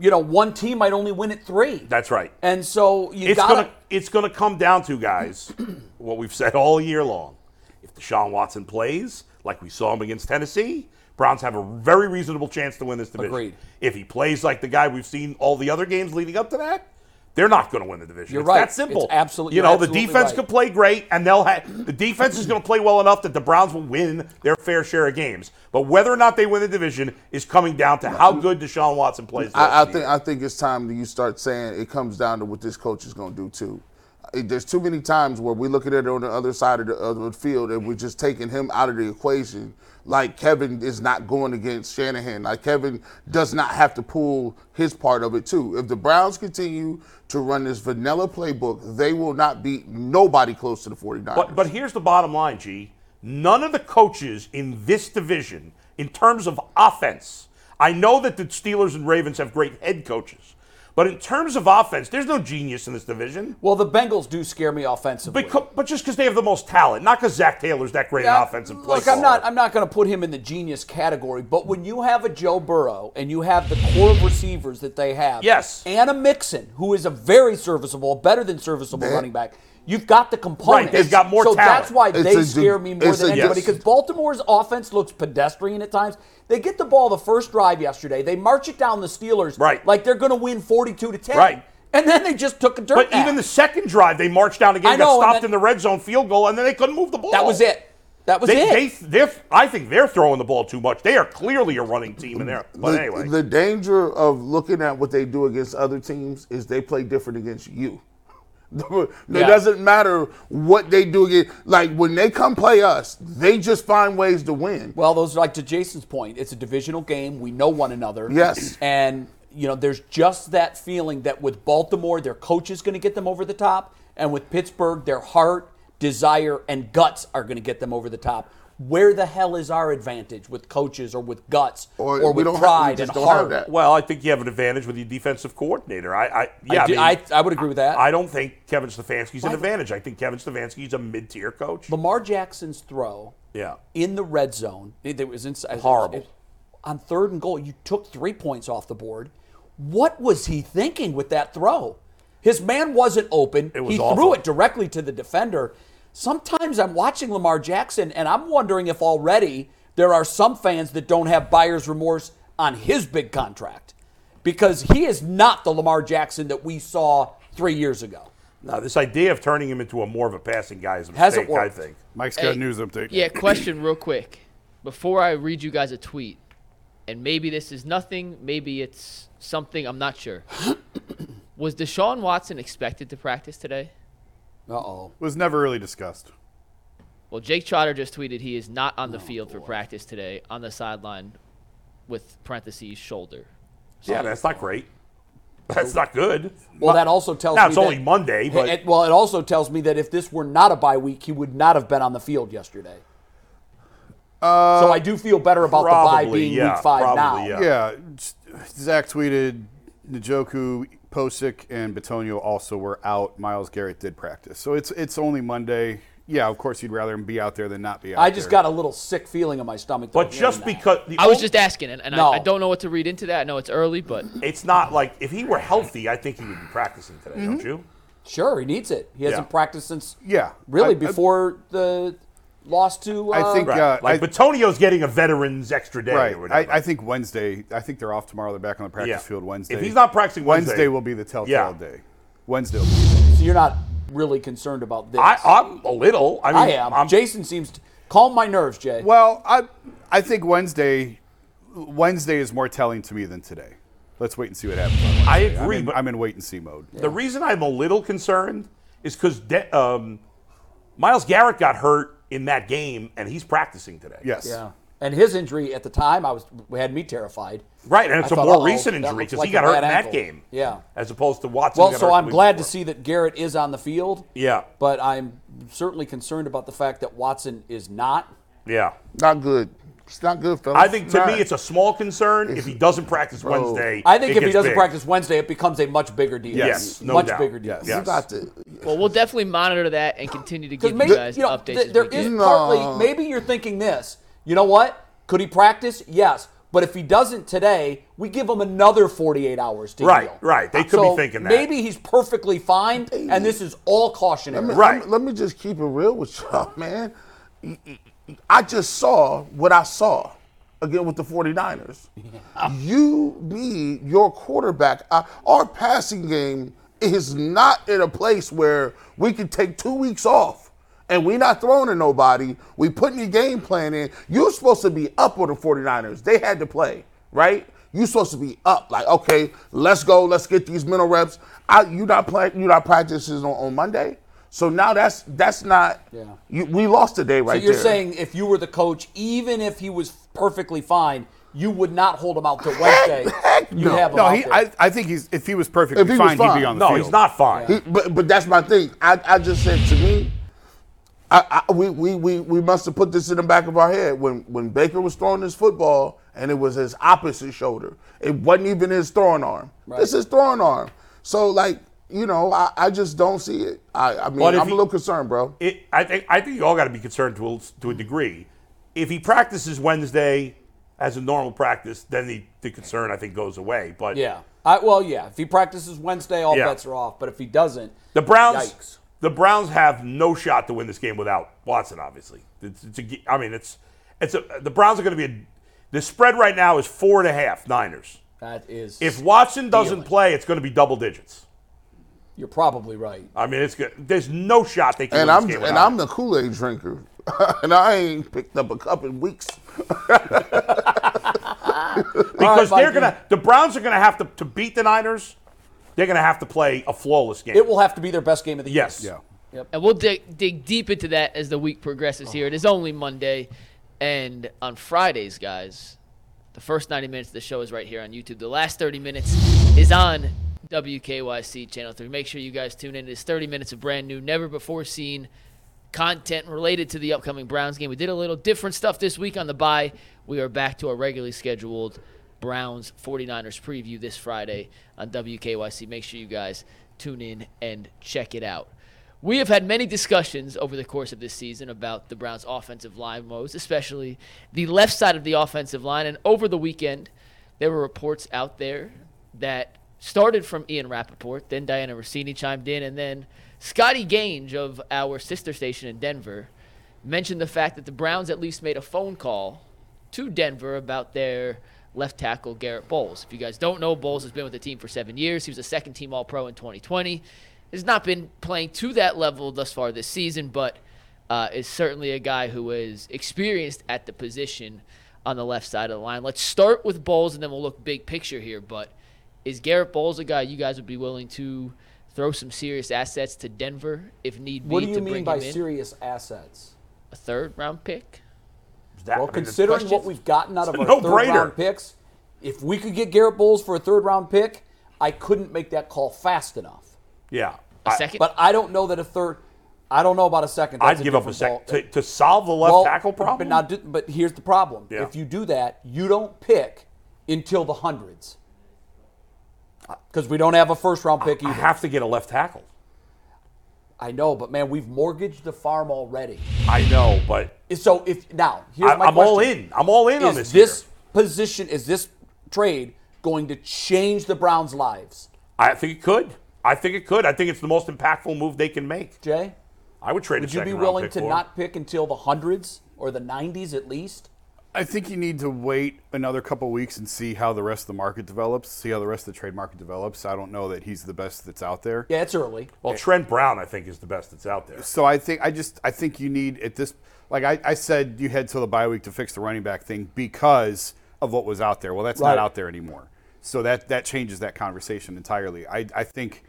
you know, one team might only win at three. That's right. And so you it's gotta. gonna it's gonna come down to guys [CLEARS THROAT] what we've said all year long. If Deshaun Watson plays like we saw him against Tennessee, Browns have a very reasonable chance to win this division. Agreed. If he plays like the guy we've seen all the other games leading up to that, they're not going to win the division. You're it's right. that simple. It's absolute- You you're know absolutely the defense right. could play great, and they'll have the defense is going to play well enough that the Browns will win their fair share of games. But whether or not they win the division is coming down to how good Deshaun Watson plays. the rest I, I of the think year. I think it's time that you start saying it comes down to what this coach is going to do too. Uh, There's too many times where we look at it on the other side of the, of the field and we're just taking him out of the equation. Like Kevin is not going against Shanahan. Like Kevin does not have to pull his part of it too. If the Browns continue to run this vanilla playbook, they will not beat nobody close to the 49ers. But but here's the bottom line, G. None of the coaches in this division, in terms of offense, I know that the Steelers and Ravens have great head coaches, but in terms of offense, there's no genius in this division. well, the Bengals do scare me offensively. Becau- but just because they have the most talent, not because Zach Taylor's that great Yeah, an offensive play. Look, I'm not caller. I'm not going to put him in the genius category, but when you have a Joe Burrow and you have the core of receivers that they have, Yes. and a Mixon who is a very serviceable, better than serviceable running back. You've got the components. they've got more so talent. that's why It's they a- scare me more it's than a- anybody yes. because Baltimore's offense looks pedestrian at times. They get the ball the first drive yesterday. They march it down the Steelers Right. like they're going to win 42 to 10. Right. And then they just took a dirt But nap. even the second drive, they marched down I again, know, got and stopped that- in the red zone field goal, and then they couldn't move the ball. that was it. That was it. They, they, are I think they're throwing the ball too much. They are clearly a running team in there. But the, anyway, the danger of looking at what they do against other teams is they play different against you. [LAUGHS] it doesn't matter what they do against. Like when they come play us, they just find ways to win. Well, those are like to Jason's point. It's a divisional game. We know one another. Yes. And you know, there's just that feeling that with Baltimore, their coach is going to get them over the top, and with Pittsburgh, their heart, desire, and guts are going to get them over the top. Where the hell is our advantage with coaches or with guts Or with we don't have- we pride just and don't have heart? that. well, I think you have an advantage with your defensive coordinator. I, I I yeah, do- mean- I, I would agree with that. I don't think Kevin Stefanski's an advantage. I think Kevin Stefanski's a mid-tier coach. Lamar Jackson's throw Yeah. in the red zone. It, it was inside. Horrible. it- on third and goal, you took three points off the board. What was he thinking with that throw? His man wasn't open. It was he threw awful. it directly to the defender. Sometimes I'm watching Lamar Jackson and I'm wondering if already there are some fans that don't have buyer's remorse on his big contract because he is not the Lamar Jackson that we saw three years ago. Now, this idea of turning him into a more of a passing guy is a Hasn't mistake, I worked. think. Mike's Hey, got a news update. Yeah, question real quick. Before I read you guys a tweet, and maybe this is nothing, maybe it's something, I'm [COUGHS] not sure. Was Deshaun Watson expected to practice today? Uh oh. Was never really discussed. Well, Jake Trotter just tweeted he is not Oh, on the field for practice today on the sideline with parentheses shoulder. Yeah, that's not great. That's not good. Well, that also tells Now, me it's that- only Monday, but- It- well, it also tells me that if this were not a bye week, he would not have been on the field yesterday. so I do feel better about the bye Uh, Probably, being yeah. week five probably, yeah. now. Yeah, Zach tweeted Njoku, Posick, and Batonio also were out. Miles Garrett did practice, so it's it's only Monday. yeah, of course you'd rather him be out there than not be out I just there. got a little sick feeling in my stomach. though, But hearing just that. because the I was only- just asking, and, and Oh. No. I, I don't know what to read into that. I know it's early, but it's not like if he were healthy, I think he would be practicing today, don't Mm-hmm. you? Sure, he needs it. He hasn't Yeah. practiced since Yeah. really I- I- before the loss to. Uh, I think- Right. Yeah, like I- Batonio's getting a veteran's extra day or Right. whatever. I, I think Wednesday. I think they're off tomorrow. They're back on the practice Yeah. field Wednesday. If he's not practicing Wednesday- will be the telltale Yeah. day. Wednesday. Will be. so you're not really concerned about this. I, I'm a little. I mean, I am. I'm, Jason seems to calm my nerves, Jay. Well, I I think Wednesday Wednesday is more telling to me than today. Let's wait and see what happens. on Wednesday. I agree, I'm in, but I'm in wait and see mode. The reason I'm a little concerned is because De- um, Miles Garrett got hurt in that game, and he's practicing today. Yes. Yeah. And his injury at the time, I was had me terrified. Right, and I it's a thought, more "Uh-oh, recent that injury looks because like he a got hurt bad in that ankle." game. Yeah. As opposed to Watson. Well, got so hurt the I'm week glad to before. see that Garrett is on the field. Yeah. But I'm certainly concerned about the fact that Watson is not. Yeah. Not good. It's not good, fellas. I think to Not- me it's a small concern if he doesn't practice Wednesday. I think it if he gets doesn't big. practice Wednesday, it becomes a much bigger deal. Yes, no much doubt. bigger deal. Yes. you got to. well, we'll definitely monitor that and continue to give you maybe guys know, updates. th- as there we is get. No. partly maybe you're thinking this. You know what? Could he practice? Yes, but if he doesn't today, we give him another 48 hours to Right, heal. right. They could be So thinking that. Maybe he's perfectly fine, and this is all cautionary. Let me- Right. Let me, let me just keep it real with y'all, [LAUGHS] man. I just saw what I saw again with [LAUGHS] the 49ers. You need your quarterback. Uh, Our passing game is not in a place where we can take two weeks off and we not throwing to nobody. We putting your game plan in. You're supposed to be up on the 49ers. They had to play, right? You're supposed to be up. Like, okay, let's go. Let's get these mental reps. I, you not playing. You not practicing on, on Monday. So now that's that's not. Yeah. You, we lost today, right So you're there. saying if you were the coach, even if he was perfectly fine, you would not hold him out till Wednesday. heck You'd no. have him No, out he, there. I, I think he's if he was perfectly If he was fine, he'd fine. be on the No, field. he's not fine. He- but but that's my thing. I, I just said to me, I, I we, we we we must have put this in the back of our head when when Baker was throwing his football and it was his opposite shoulder. It wasn't even his throwing arm. This is throwing arm. So like you know, I, I just don't see it. I, I mean, But I'm if a he- little concerned, bro. it, I think I think you all got to be concerned to a, to a degree. If he practices Wednesday as a normal practice, then the, the concern I think goes away. But yeah. I, well, yeah. If he practices Wednesday, all Yeah. bets are off. But if he doesn't, the Browns Yikes. the Browns have no shot to win this game without Watson. Obviously, it's, it's a ge- I mean it's it's a, the Browns are going to be a, the spread right now is four and a half Niners. that is. If Watson doesn't Dealing. play, it's going to be double digits. you're probably right. I mean, it's good. There's no shot they can And win I'm this game and without I'm him. the Kool Aid drinker, [LAUGHS] and I ain't picked up a cup in weeks. because All they're right, going to the Browns are going to have to to beat the Niners. They're going to have to play a flawless game. It will have to be their best game of the year. Yes. Yeah. And we'll dig, dig deep into that as the week progresses here. It is only Monday. And on Fridays, guys, the first 90 minutes of the show is right here on YouTube. The last 30 minutes is on WKYC Channel 3. Make sure you guys tune in. It is 30 minutes of brand new, never before seen content related to the upcoming Browns game. We did a little different stuff this week on the bye. We are back to our regularly scheduled Browns 49ers preview this Friday on WKYC. Make sure you guys tune in and check it out. We have had many discussions over the course of this season about the Browns' offensive line woes, especially the left side of the offensive line. And over the weekend, there were reports out there that started from Ian Rappaport, then Diana Rossini chimed in, and then Scotty Gange of our sister station in Denver mentioned the fact that the Browns at least made a phone call to Denver about their left tackle Garrett Bowles. If you guys don't know, Bowles has been with the team for seven years. He was a second team All Pro in 2020. Has not been playing to that level thus far this season, but uh, is certainly a guy who is experienced at the position on the left side of the line. Let's start with Bowles, and then we'll look big picture here. But is Garrett Bowles a guy you guys would be willing to throw some serious assets to Denver if need be What do you to mean bring by him in? serious assets? a third round pick? That- Well, I mean, it's considering what questions. we've gotten out It's of a our no-brainer. third round picks, if we could get Garrett Bowles for a third round pick, I couldn't make that call fast enough. yeah, A I- second? But I don't know that a third. I don't know about a second. That's I'd give up a different second to, ball- to solve the left Well, tackle problem. But, now, do- but here's the problem: Yeah. if you do that, you don't pick until the hundreds, because we don't have a first round pick I either. have to get a left tackle. I, I know, but man, we've mortgaged the farm already. I know, but So if now here's I, my I'm all question. in. I'm all in on this. Is this year. position is this trade going to change the Browns' lives, I think it could. I think it could. I think it's the most impactful move they can make. Jay? I would trade. Would a you be second-round willing pick to for him. not pick until the hundreds or the nineties at least? I think you need to wait another couple weeks and see how the rest of the market develops, see how the rest of the trade market develops. I don't know that he's the best that's out there. Yeah, it's early. Well, Trent Brown, I think, is the best that's out there. So I think I just I think you need at this like I, I said you had till the bye week to fix the running back thing because of what was out there. Well, that's Right. not out there anymore. So that that changes that conversation entirely. I, I think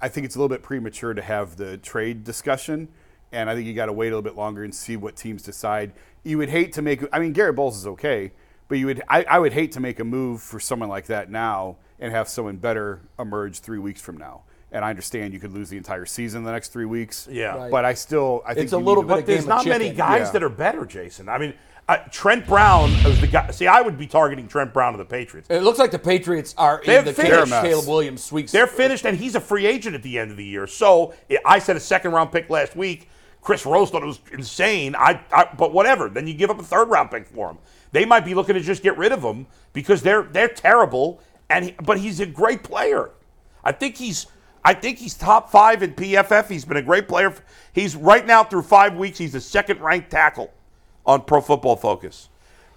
I think it's a little bit premature to have the trade discussion, and I think you got to wait a little bit longer and see what teams decide. You would hate to make. I mean, Garrett Bowles is okay, but you would. I, I would hate to make a move for someone like that now and have someone better emerge three weeks from now. And I understand you could lose the entire season in the next three weeks. Yeah. Right. but I still. I think a you need little to- bit But a there's game of not many chicken. guys Yeah. that are better, Jason. I mean, uh, Trent Brown is the guy. See, I would be targeting Trent Brown of the Patriots. It looks like the Patriots are They're in the finished. Caleb, They're a mess. Caleb Williams sweet. They're finished, and he's a free agent at the end of the year. So I- I said a second round pick last week. Chris Rose thought it was insane. I, I but whatever. Then you give up a third round pick for him. They might be looking to just get rid of him because they're they're terrible. And he, but he's a great player. I think he's I think he's top five in PFF. He's been a great player. He's right now through five weeks. He's the second ranked tackle on Pro Football Focus.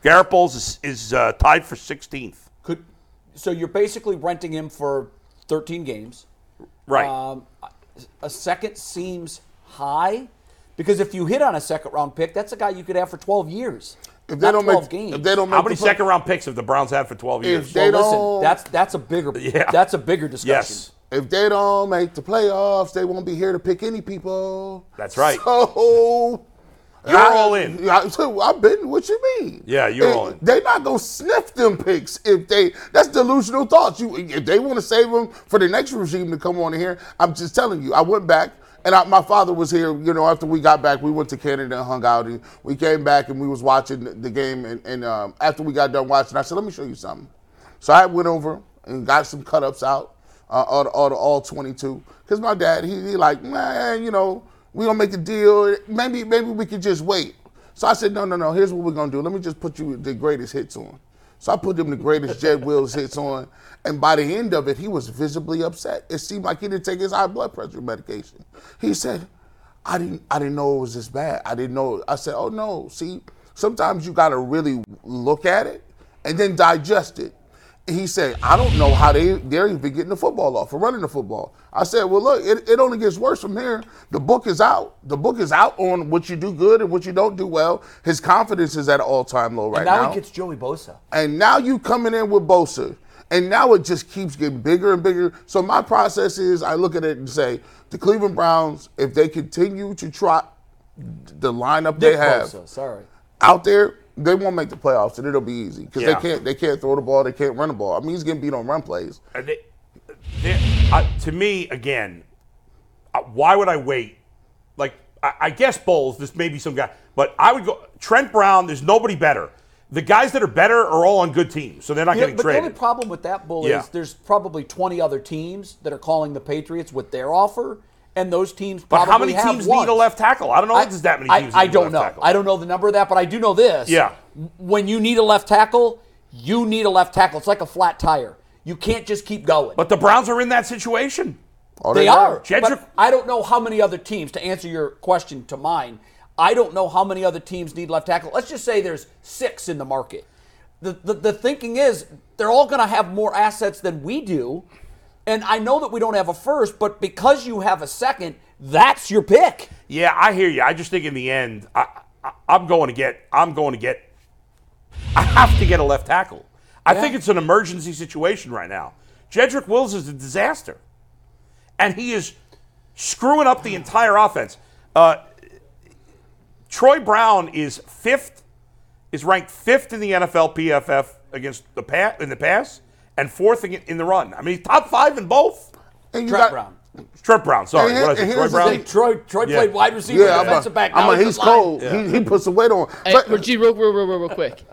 Garrett Bowles is, is uh, tied for 16th. Could so you're basically renting him for thirteen games. Right. Um, a second seems high because if you hit on a second round pick, that's a guy you could have for 12 years. If they not don't 12 make, games. if they don't make How many the play- second round picks have the Browns had for 12 years? If well, they listen, don't- that's that's a bigger [LAUGHS] Yeah. that's a bigger discussion. yes. If they don't make the playoffs, they won't be here to pick any people. That's right. So You're all in. I, have been. What you mean? Yeah, you're all in. They're not gonna sniff them picks if they. That's delusional thoughts. You if they want to save them for the next regime to come on here. I'm just telling you. I went back. And I, my father was here, you know. After we got back, we went to Canada and hung out, and we came back and we was watching the- the game. And, and um, after we got done watching, I said, "Let me show you something." So I went over and got some cut ups out, uh, all, the- all, the- all 22. Because my dad, he, he like, man, you know, we gonna make the deal. Maybe maybe we could just wait. So I said, no, no, no. Here's what we're gonna do. Let me just put you the greatest hits on. So I put them the greatest Jed Wills hits on, and by the end of it, he was visibly upset. It seemed like he didn't take his high blood pressure medication. He said, I didn't I didn't know it was this bad. I didn't know. I said, "Oh no, see, sometimes you got to really look at it and then digest it." He said, "I don't know how they they're even getting the football off or running the football." I said, "Well, look, it, it only gets worse from here. The book is out. The book is out on what you do good and what you don't do well. His confidence is at an all time low right Now now. he gets Joey Bosa. and now you coming in with Bosa." And now it just keeps getting bigger and bigger. So my process is I look at it and say, the Cleveland Browns, if they continue to try the lineup they Nick have Bosa, sorry. out there, they won't make the playoffs, and it'll be easy because Yeah. they can't they can't throw the ball, they can't run the ball. I mean, he's getting beat on run plays. Uh, Are they- they're- I- to me, again, uh, why would I wait? Like, I, I guess Bowles, this may be some guy, but I would go Trent Brown, there's nobody better. The guys that are better are all on good teams, so they're not Yeah, getting but the only traded. problem with that bull Yeah. is there's probably 20 other teams that are calling the Patriots with their offer, and those teams but probably how many have teams one. need a left tackle? I don't know if there's that many I- teams. I, that need a don't left know. tackle. I don't know the number of that, but I do know this. Yeah. When you need a left tackle, you need a left tackle. It's like a flat tire. You can't just keep going. But the Browns are in that situation. All they are. Jedrick- But I don't know how many other teams, to answer your question to mine, I don't know how many other teams need left tackle. Let's just say there's six in the market. The, the, the thinking is they're all going to have more assets than we do. And I know that we don't have a first, but because you have a second, that's your pick. Yeah, I hear you. I just think in the end, I, I, I'm going to get. I'm going to get. I have to get a left tackle. I think it's an emergency situation right now. Jedrick Wills is a disaster, and he is screwing up the entire offense. Uh, Troy Brown is fifth, is ranked fifth in the NFL PFF against the pa- in the pass, and fourth in in the run. I mean, he's top five in both. And you Trent got- Brown. Trent Brown, sorry, And here- what did I and say, Troy here's the Brown. thing, Troy, Troy Um, Yeah. played wide receiver, Yeah, I'm defensive a, back. now I'm a, he's he's a line. cold. He, he puts some weight on. Hey, But- [LAUGHS] G, real, real, real, real quick.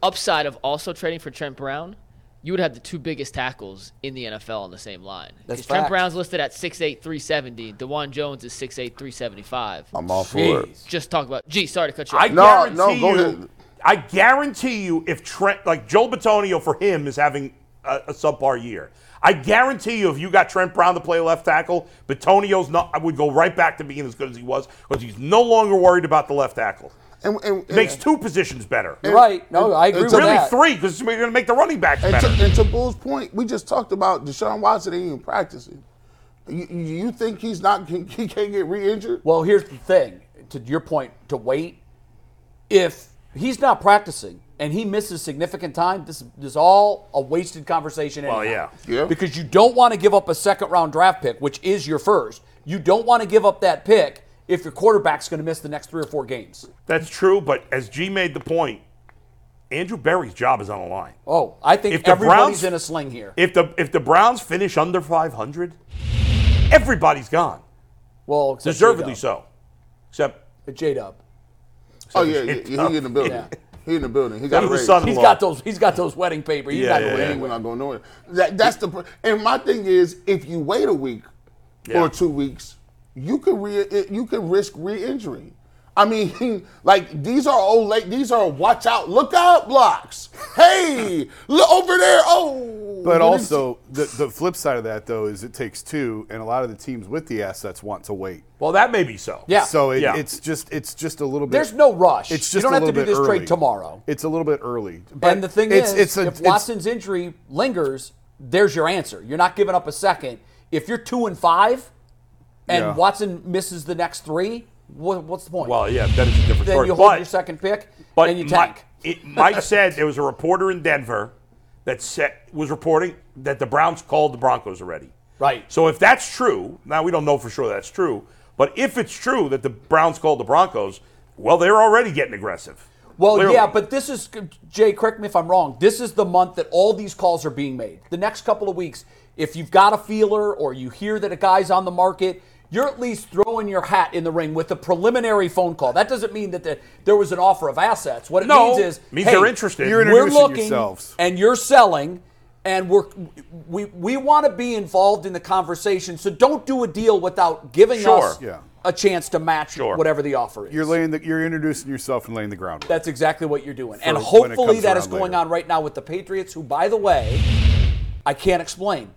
Upside of also trading for Trent Brown, you would have the two biggest tackles in the NFL on the same line. That's Because Trent fact. Brown's listed at 6'8", 370. DeJuan Jones is 6'8", 375. I'm all for it. Jeez. Just talk about. Gee, sorry to cut you I off. No, guarantee no, go you. ahead. I guarantee you, if Trent, like Joel Batonio for him, is having a, a subpar year. I guarantee you, if you got Trent Brown to play left tackle, Batonio's not. I would go right back to being as good as he was because he's no longer worried about the left tackle. And, and, and, It makes two positions better. You're right. No, I agree it's with a- really that. three because we're going to make the running backs and, better. to, and to Bull's point, we just talked about Deshaun Watson ain't even practicing. You, you think he's not? He can't get re-injured? Well, here's the thing. To your point, to wait, if he's not practicing and he misses significant time, this, this is all a wasted conversation. Well, anyhow. yeah. Yeah. Because you don't want to give up a second round draft pick, which is your first. You don't want to give up that pick if your quarterback's going to miss the next three or four games. That's true, but as G made the point, Andrew Berry's job is on the line. Oh, I think If the everybody's Browns- in a sling here. If the if the Browns finish under 500, everybody's gone, well, except deservedly J-Dub. so. Except J Dub. Oh yeah, yeah, it's yeah, he in the building. Yeah. He in the building. He got He's a the raise. son He's Well- got those. He's got those wedding paper. He's Yeah, not yeah, going yeah. We're not going nowhere. That, that's the. pr- And my thing is, if you wait a week Yeah. or two weeks, you could re it- you could risk re-injury. I mean, [LAUGHS] like these are old late. These are watch out, look out blocks. Hey, look over there. Oh, But what is- also, the, the flip side of that, though, is it takes two, and a lot of the teams with the assets want to wait. well, that may be so. Yeah. So it, Yeah. it's just it's just a little bit. There's no rush. It's just You don't a have to little do this bit trade early. tomorrow. It's a little bit early. and the thing it's, is, it's if a, it's- Watson's injury lingers, there's your answer. You're not giving up a second. If you're two and five, and Yeah. Watson misses the next three, what, what's the point? Well, yeah, that is a different then story. you hold but, your second pick but and you Mi- tank. it- [LAUGHS] Mike said there was a reporter in Denver that said, was reporting that the Browns called the Broncos already. Right. So if that's true, now we don't know for sure that's true, but if it's true that the Browns called the Broncos, well, they're already getting aggressive. Well, Clearly. yeah, but this is Jay. Correct me if I'm wrong. This is the month that all these calls are being made. The next couple of weeks, if you've got a feeler or you hear that a guy's on the market, you're at least throwing your hat in the ring with a preliminary phone call. That doesn't mean that the, there was an offer of assets. What it No, means is means hey, they're interested. You're we're introducing looking yourselves. and you're selling. And we're, we we want to be involved in the conversation, so don't do a deal without giving Sure. us Yeah. a chance to match Sure. whatever the offer is. you're laying the, you're introducing yourself and laying the groundwork. That's exactly what you're doing. And when it hopefully comes that is around going later. on right now with the Patriots, who, by the way, I can't explain.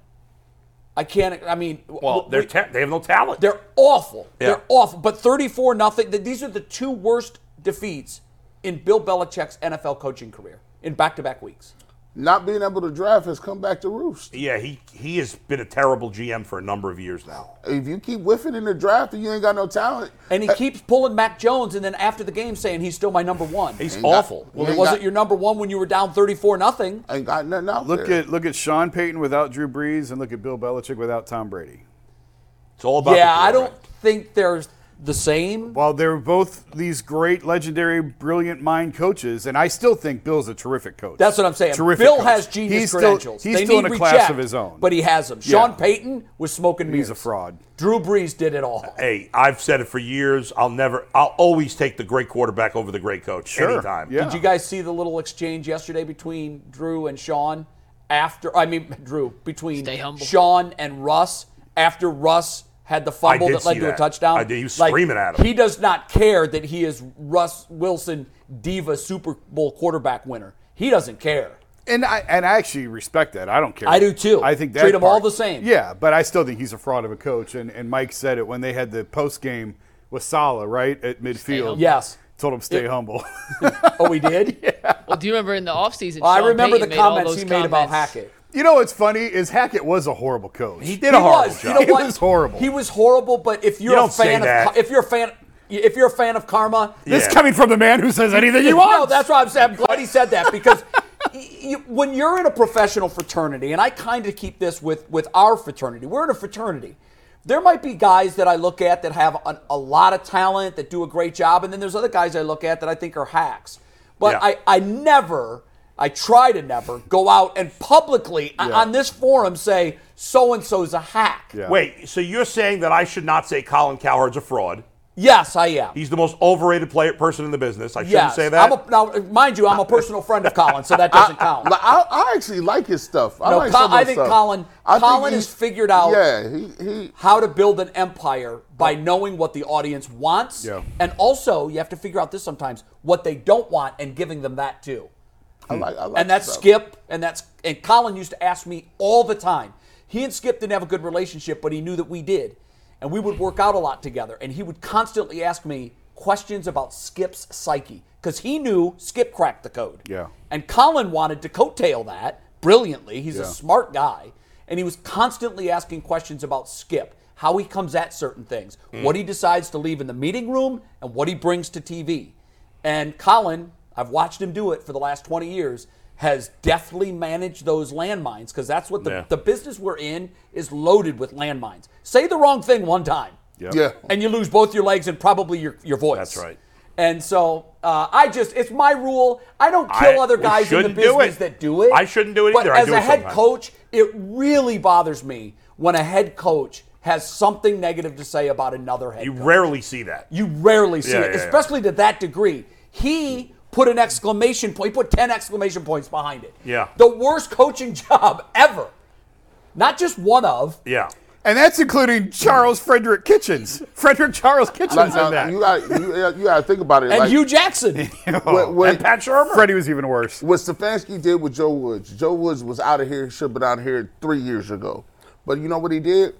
I can't, I mean, w- Well, w- they're we- ta- they have no talent. they're awful. Yeah. They're awful. But 34 nothing. th- These are the two worst defeats in Bill Belichick's NFL coaching career in back to back weeks. not being able to draft has come back to roost. yeah, he he has been a terrible GM for a number of years now. If you keep whiffing in the draft and you ain't got no talent, And Uh, he keeps pulling Mac Jones and then after the game saying he's still my number one. He's got- awful. well, he he ain't wasn't got- your number one when you were down 34 nothing. ain't got nothing out Look there. at look at Sean Payton without Drew Brees, and look at Bill Belichick without Tom Brady. It's all about the yeah, I don't quarterback. think they're the same. While they're both these great, legendary, brilliant mind coaches, and I still think Bill's a terrific coach. That's what I'm saying. Terrific Bill coach. has genius he's credentials. Still, he's they still need in a class reject, of his own. But he has them. Sean Yeah. Payton was smoking mirrors. a fraud. Drew Brees did it all. Hey, I've said it for years. I'll never. I'll always take the great quarterback over the great coach Sure. anytime. Yeah. Did you guys see the little exchange yesterday between Drew and Sean after I mean [LAUGHS] Drew between Stay humble. Sean and Russ after Russ had the fumble did that led see to a that. touchdown? I did. He was screaming at him. He does not care that he is Russ Wilson diva Super Bowl quarterback winner. He doesn't care. and I and I actually respect that. I don't care. I do too. I think that Treat 'em all part- the same. Yeah, but I still think he's a fraud of a coach. And and Mike said it when they had the post game with Sala right at midfield. humble. Yes. told him stay humble. [LAUGHS] Oh, he did. Well, do you remember in the offseason? Well, I Sean remember Payton the made all comments those he made about comments. Hackett. you know what's funny is Hackett was a horrible coach. He did a horrible was. job. You know He what? was horrible. He was horrible. But if you're You a don't say fan of that. if you're a fan if you're a fan of karma, This Yeah. coming from the man who says anything you want. [LAUGHS] No, that's why I'm saying. I'm glad he said that because [LAUGHS] y- you, when you're in a professional fraternity, and I kind of keep this with with our fraternity, we're in a fraternity. There might be guys that I look at that have an, a lot of talent that do a great job, and then there's other guys I look at that I think are hacks. But Yeah. I, I never, I try to never go out and publicly o- on this forum say so and so's a hack. Yeah. Wait, so you're saying that I should not say Colin Cowherd's a fraud? Yes, I am. He's the most overrated player person in the business. I shouldn't yes. say that. I'm a, now, mind you, I'm a personal friend of Colin, so that doesn't count. Like, I, I actually like his stuff. I No, like Col- some of I his think stuff. Colin- Colin has he's- figured out- Yeah, he, he how to build an empire by knowing what the audience wants. Yeah. And also, you have to figure out this sometimes what they don't want and giving them that too. I like, I like And that's his stuff. Skip, and that's and Colin used to ask me all the time. He and Skip didn't have a good relationship, but he knew that we did, and we would work out a lot together. And he would constantly ask me questions about Skip's psyche because he knew Skip cracked the code. Yeah. And Colin wanted to coattail that brilliantly. He's a Yeah. smart guy, and he was constantly asking questions about Skip, how he comes at certain things, Mm. what he decides to leave in the meeting room, and what he brings to TV. And Colin, I've watched him do it for the last 20 years, has deftly managed those landmines because that's what the, Yeah. the business we're in is loaded with landmines. Say the wrong thing one time, Yeah. and you lose both your legs and probably your, your voice. That's right. And so uh, I just, it's my rule. I don't I- kill other we guys in the shouldn't do business it. that do it. I shouldn't do it but either. I As do a it head sometimes. coach, it really bothers me when a head coach has something negative to say about another head [LAUGHS] you coach. rarely see that. You rarely see Yeah, it, yeah, yeah. especially to that degree. He put an exclamation point. He put ten exclamation points behind it. Yeah. The worst coaching [LAUGHS] job ever. Not just one of. yeah. And that's including Charles Frederick Kitchens. Frederick Charles Like, Kitchens now, in that. you got you, you got to think about it. And like, Hugh [LAUGHS] Jackson. Oh. what, what, And Pat Shermer. Freddie was even worse. what Stefanski did with Joe Woods. Joe Woods was out of here, should have been out of here three years ago. But you know what he did?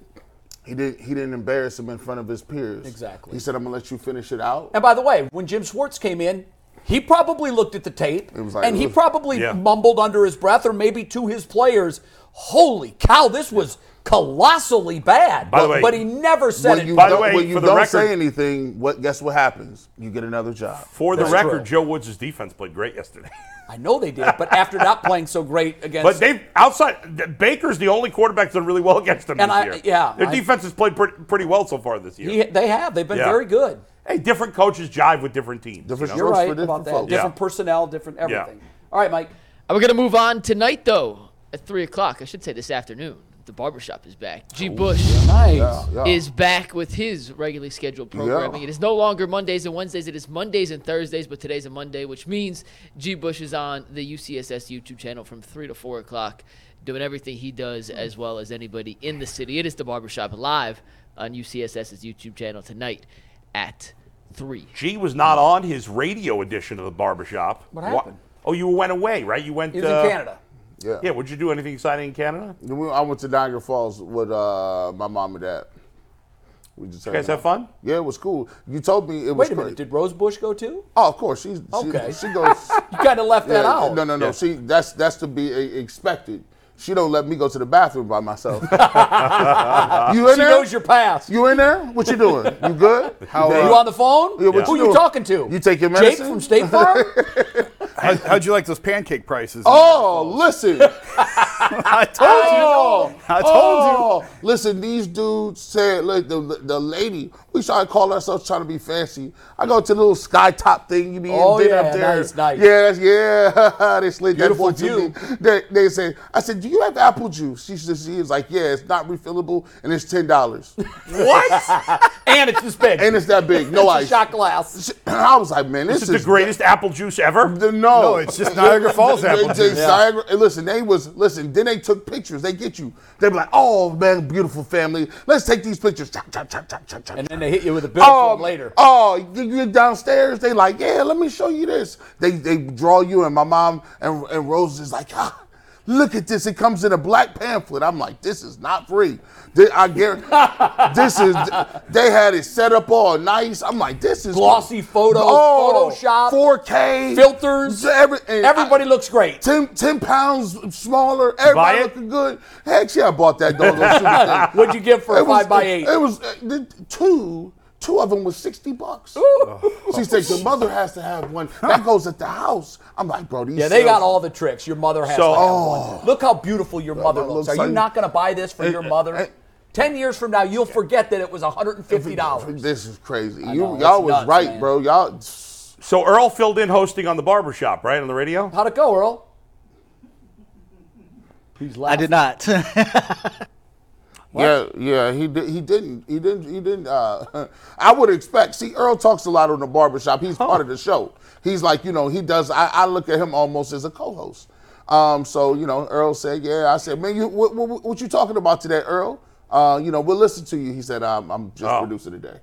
He didn't he didn't embarrass him in front of his peers. Exactly. He said, I'm gonna let you finish it out. And by the way, when Jim Schwartz came in, he probably looked at the tape was like, and he "Ugh." probably Yeah. mumbled under his breath or maybe to his players, "Holy cow, this was colossally bad." By the But- way- but he never said When it. you By the don't, way, when you for the don't record- say anything, what guess what happens? You get another job. For the That's record, true. Joe Woods' defense played great yesterday. [LAUGHS] I know they did, but after not playing so great against But they've outside th- Baker's the only quarterback that's done really well against them And this I- year. yeah, their I- defense has played pretty, pretty well so far this year. He- they have. They've been Yeah. very good. hey, different coaches jive with different teams. Different you know? You're Works right for about different that. folks. Different Yeah. personnel, different Yeah. everything. All right, Mike. We're going to move on tonight, though, at 3 o'clock. I should say this afternoon. The barbershop is back. Oh, G. Bush Nice. Yeah. is back with his regularly scheduled programming. Yeah. It is no longer Mondays and Wednesdays. It is Mondays and Thursdays, but today's a Monday, which means G. Bush is on the UCSS YouTube channel from 3 to 4 o'clock doing everything he does as well as anybody in the city. It is the barbershop live on UCSS's YouTube channel tonight at 3. G was not on his radio edition of the barbershop. What Wha- happened? Oh, you went away, right? You went. He was uh, in Canada. Yeah. Would you do anything exciting in Canada? You Then we- I went to Niagara Falls with uh, my mom and dad. We just you guys have fun. Yeah, it was cool. You told me it was Wait a minute. great. Did Rose Bush go too? Oh, of course. She's Okay. She, she goes. You kind of left that [LAUGHS] Yeah, out. No, no, no. See, that's that's to be e- expected. She don't let me go to the bathroom by myself. you in She there? knows your past. You, you in there? What you doing? You good? How uh, on the phone? Yeah, what Who you you doing? talking to? You take your Jake medicine? from [LAUGHS] State Farm? How, how'd you like those pancake prices? Oh, listen. [LAUGHS] I told Oh, you. I told oh. Listen, these dudes said, look, the, the lady, we started calling ourselves trying to be fancy. I go to the little sky top thing you be Oh, eating dinner yeah, up there. nice, nice. Yeah, that's, yeah. [LAUGHS] they slid Beautiful that boy view. to me. They, they said, I said, do you have apple juice? She, said- she was like, yeah, it's not refillable and it's $10. What? [LAUGHS] and it's this big. and it's that big. No It's a ice. shot glass. [CLEARS THROAT] I was like, man, this, this is the greatest apple juice ever. The, you. no, No, it's just Niagara [LAUGHS] Falls They- apple they- juice. Niagara- and listen, they was listen. Then they took pictures. They get you. They be like, "Oh man, beautiful family. Let's take these pictures." Chop, chop, chop, chop, chop, chop. And chop. then they hit you with a bill oh, later. Oh, you you get downstairs. They like, "Yeah, let me show you this." They they draw you, and my mom and, and Rose is like, ah, "Look at this. It comes in a black pamphlet." I'm like, "This is not free." They, I guarantee. [LAUGHS] this is. They had it set up all nice. I'm like, "This is Oh, Glossy photos, Photoshop, 4K filters. Every, and I- Everybody looks great. 10, 10 pounds smaller, everybody it? looking good. Heck yeah, I bought [LAUGHS] that dog. What'd What'd you give for a five by eight? It was uh, the, two. Two of them was sixty bucks. [LAUGHS] She said your mother has to have one. That goes at the house. I'm like, bro, these Yeah, they got sales- all the tricks. Your mother has So- to have one. Look how beautiful your mother oh. that looks. Are looks you like- not going to buy this for your mother? eh. Ten years from now, you'll forget that it was $150. This is crazy. You, know, y'all it's was nuts, right, man. bro. Y'all. So Earl filled in hosting on the barbershop, right on the radio. How'd it go, Earl? He's I laughing. did not. Yeah, yeah, he did. He didn't. He didn't. He didn't. Uh, [LAUGHS] I would expect. See, Earl talks a lot on the barbershop. Oh. He's part of the show. He's like, you know, he does. I, I look at him almost as a co-host. Um, so you know, Earl said, "Yeah." I said, "Man, you what, what, what you talking about today, Earl? Uh, you know, we'll listen to you." He said, "I'm, I'm just Oh. producing today.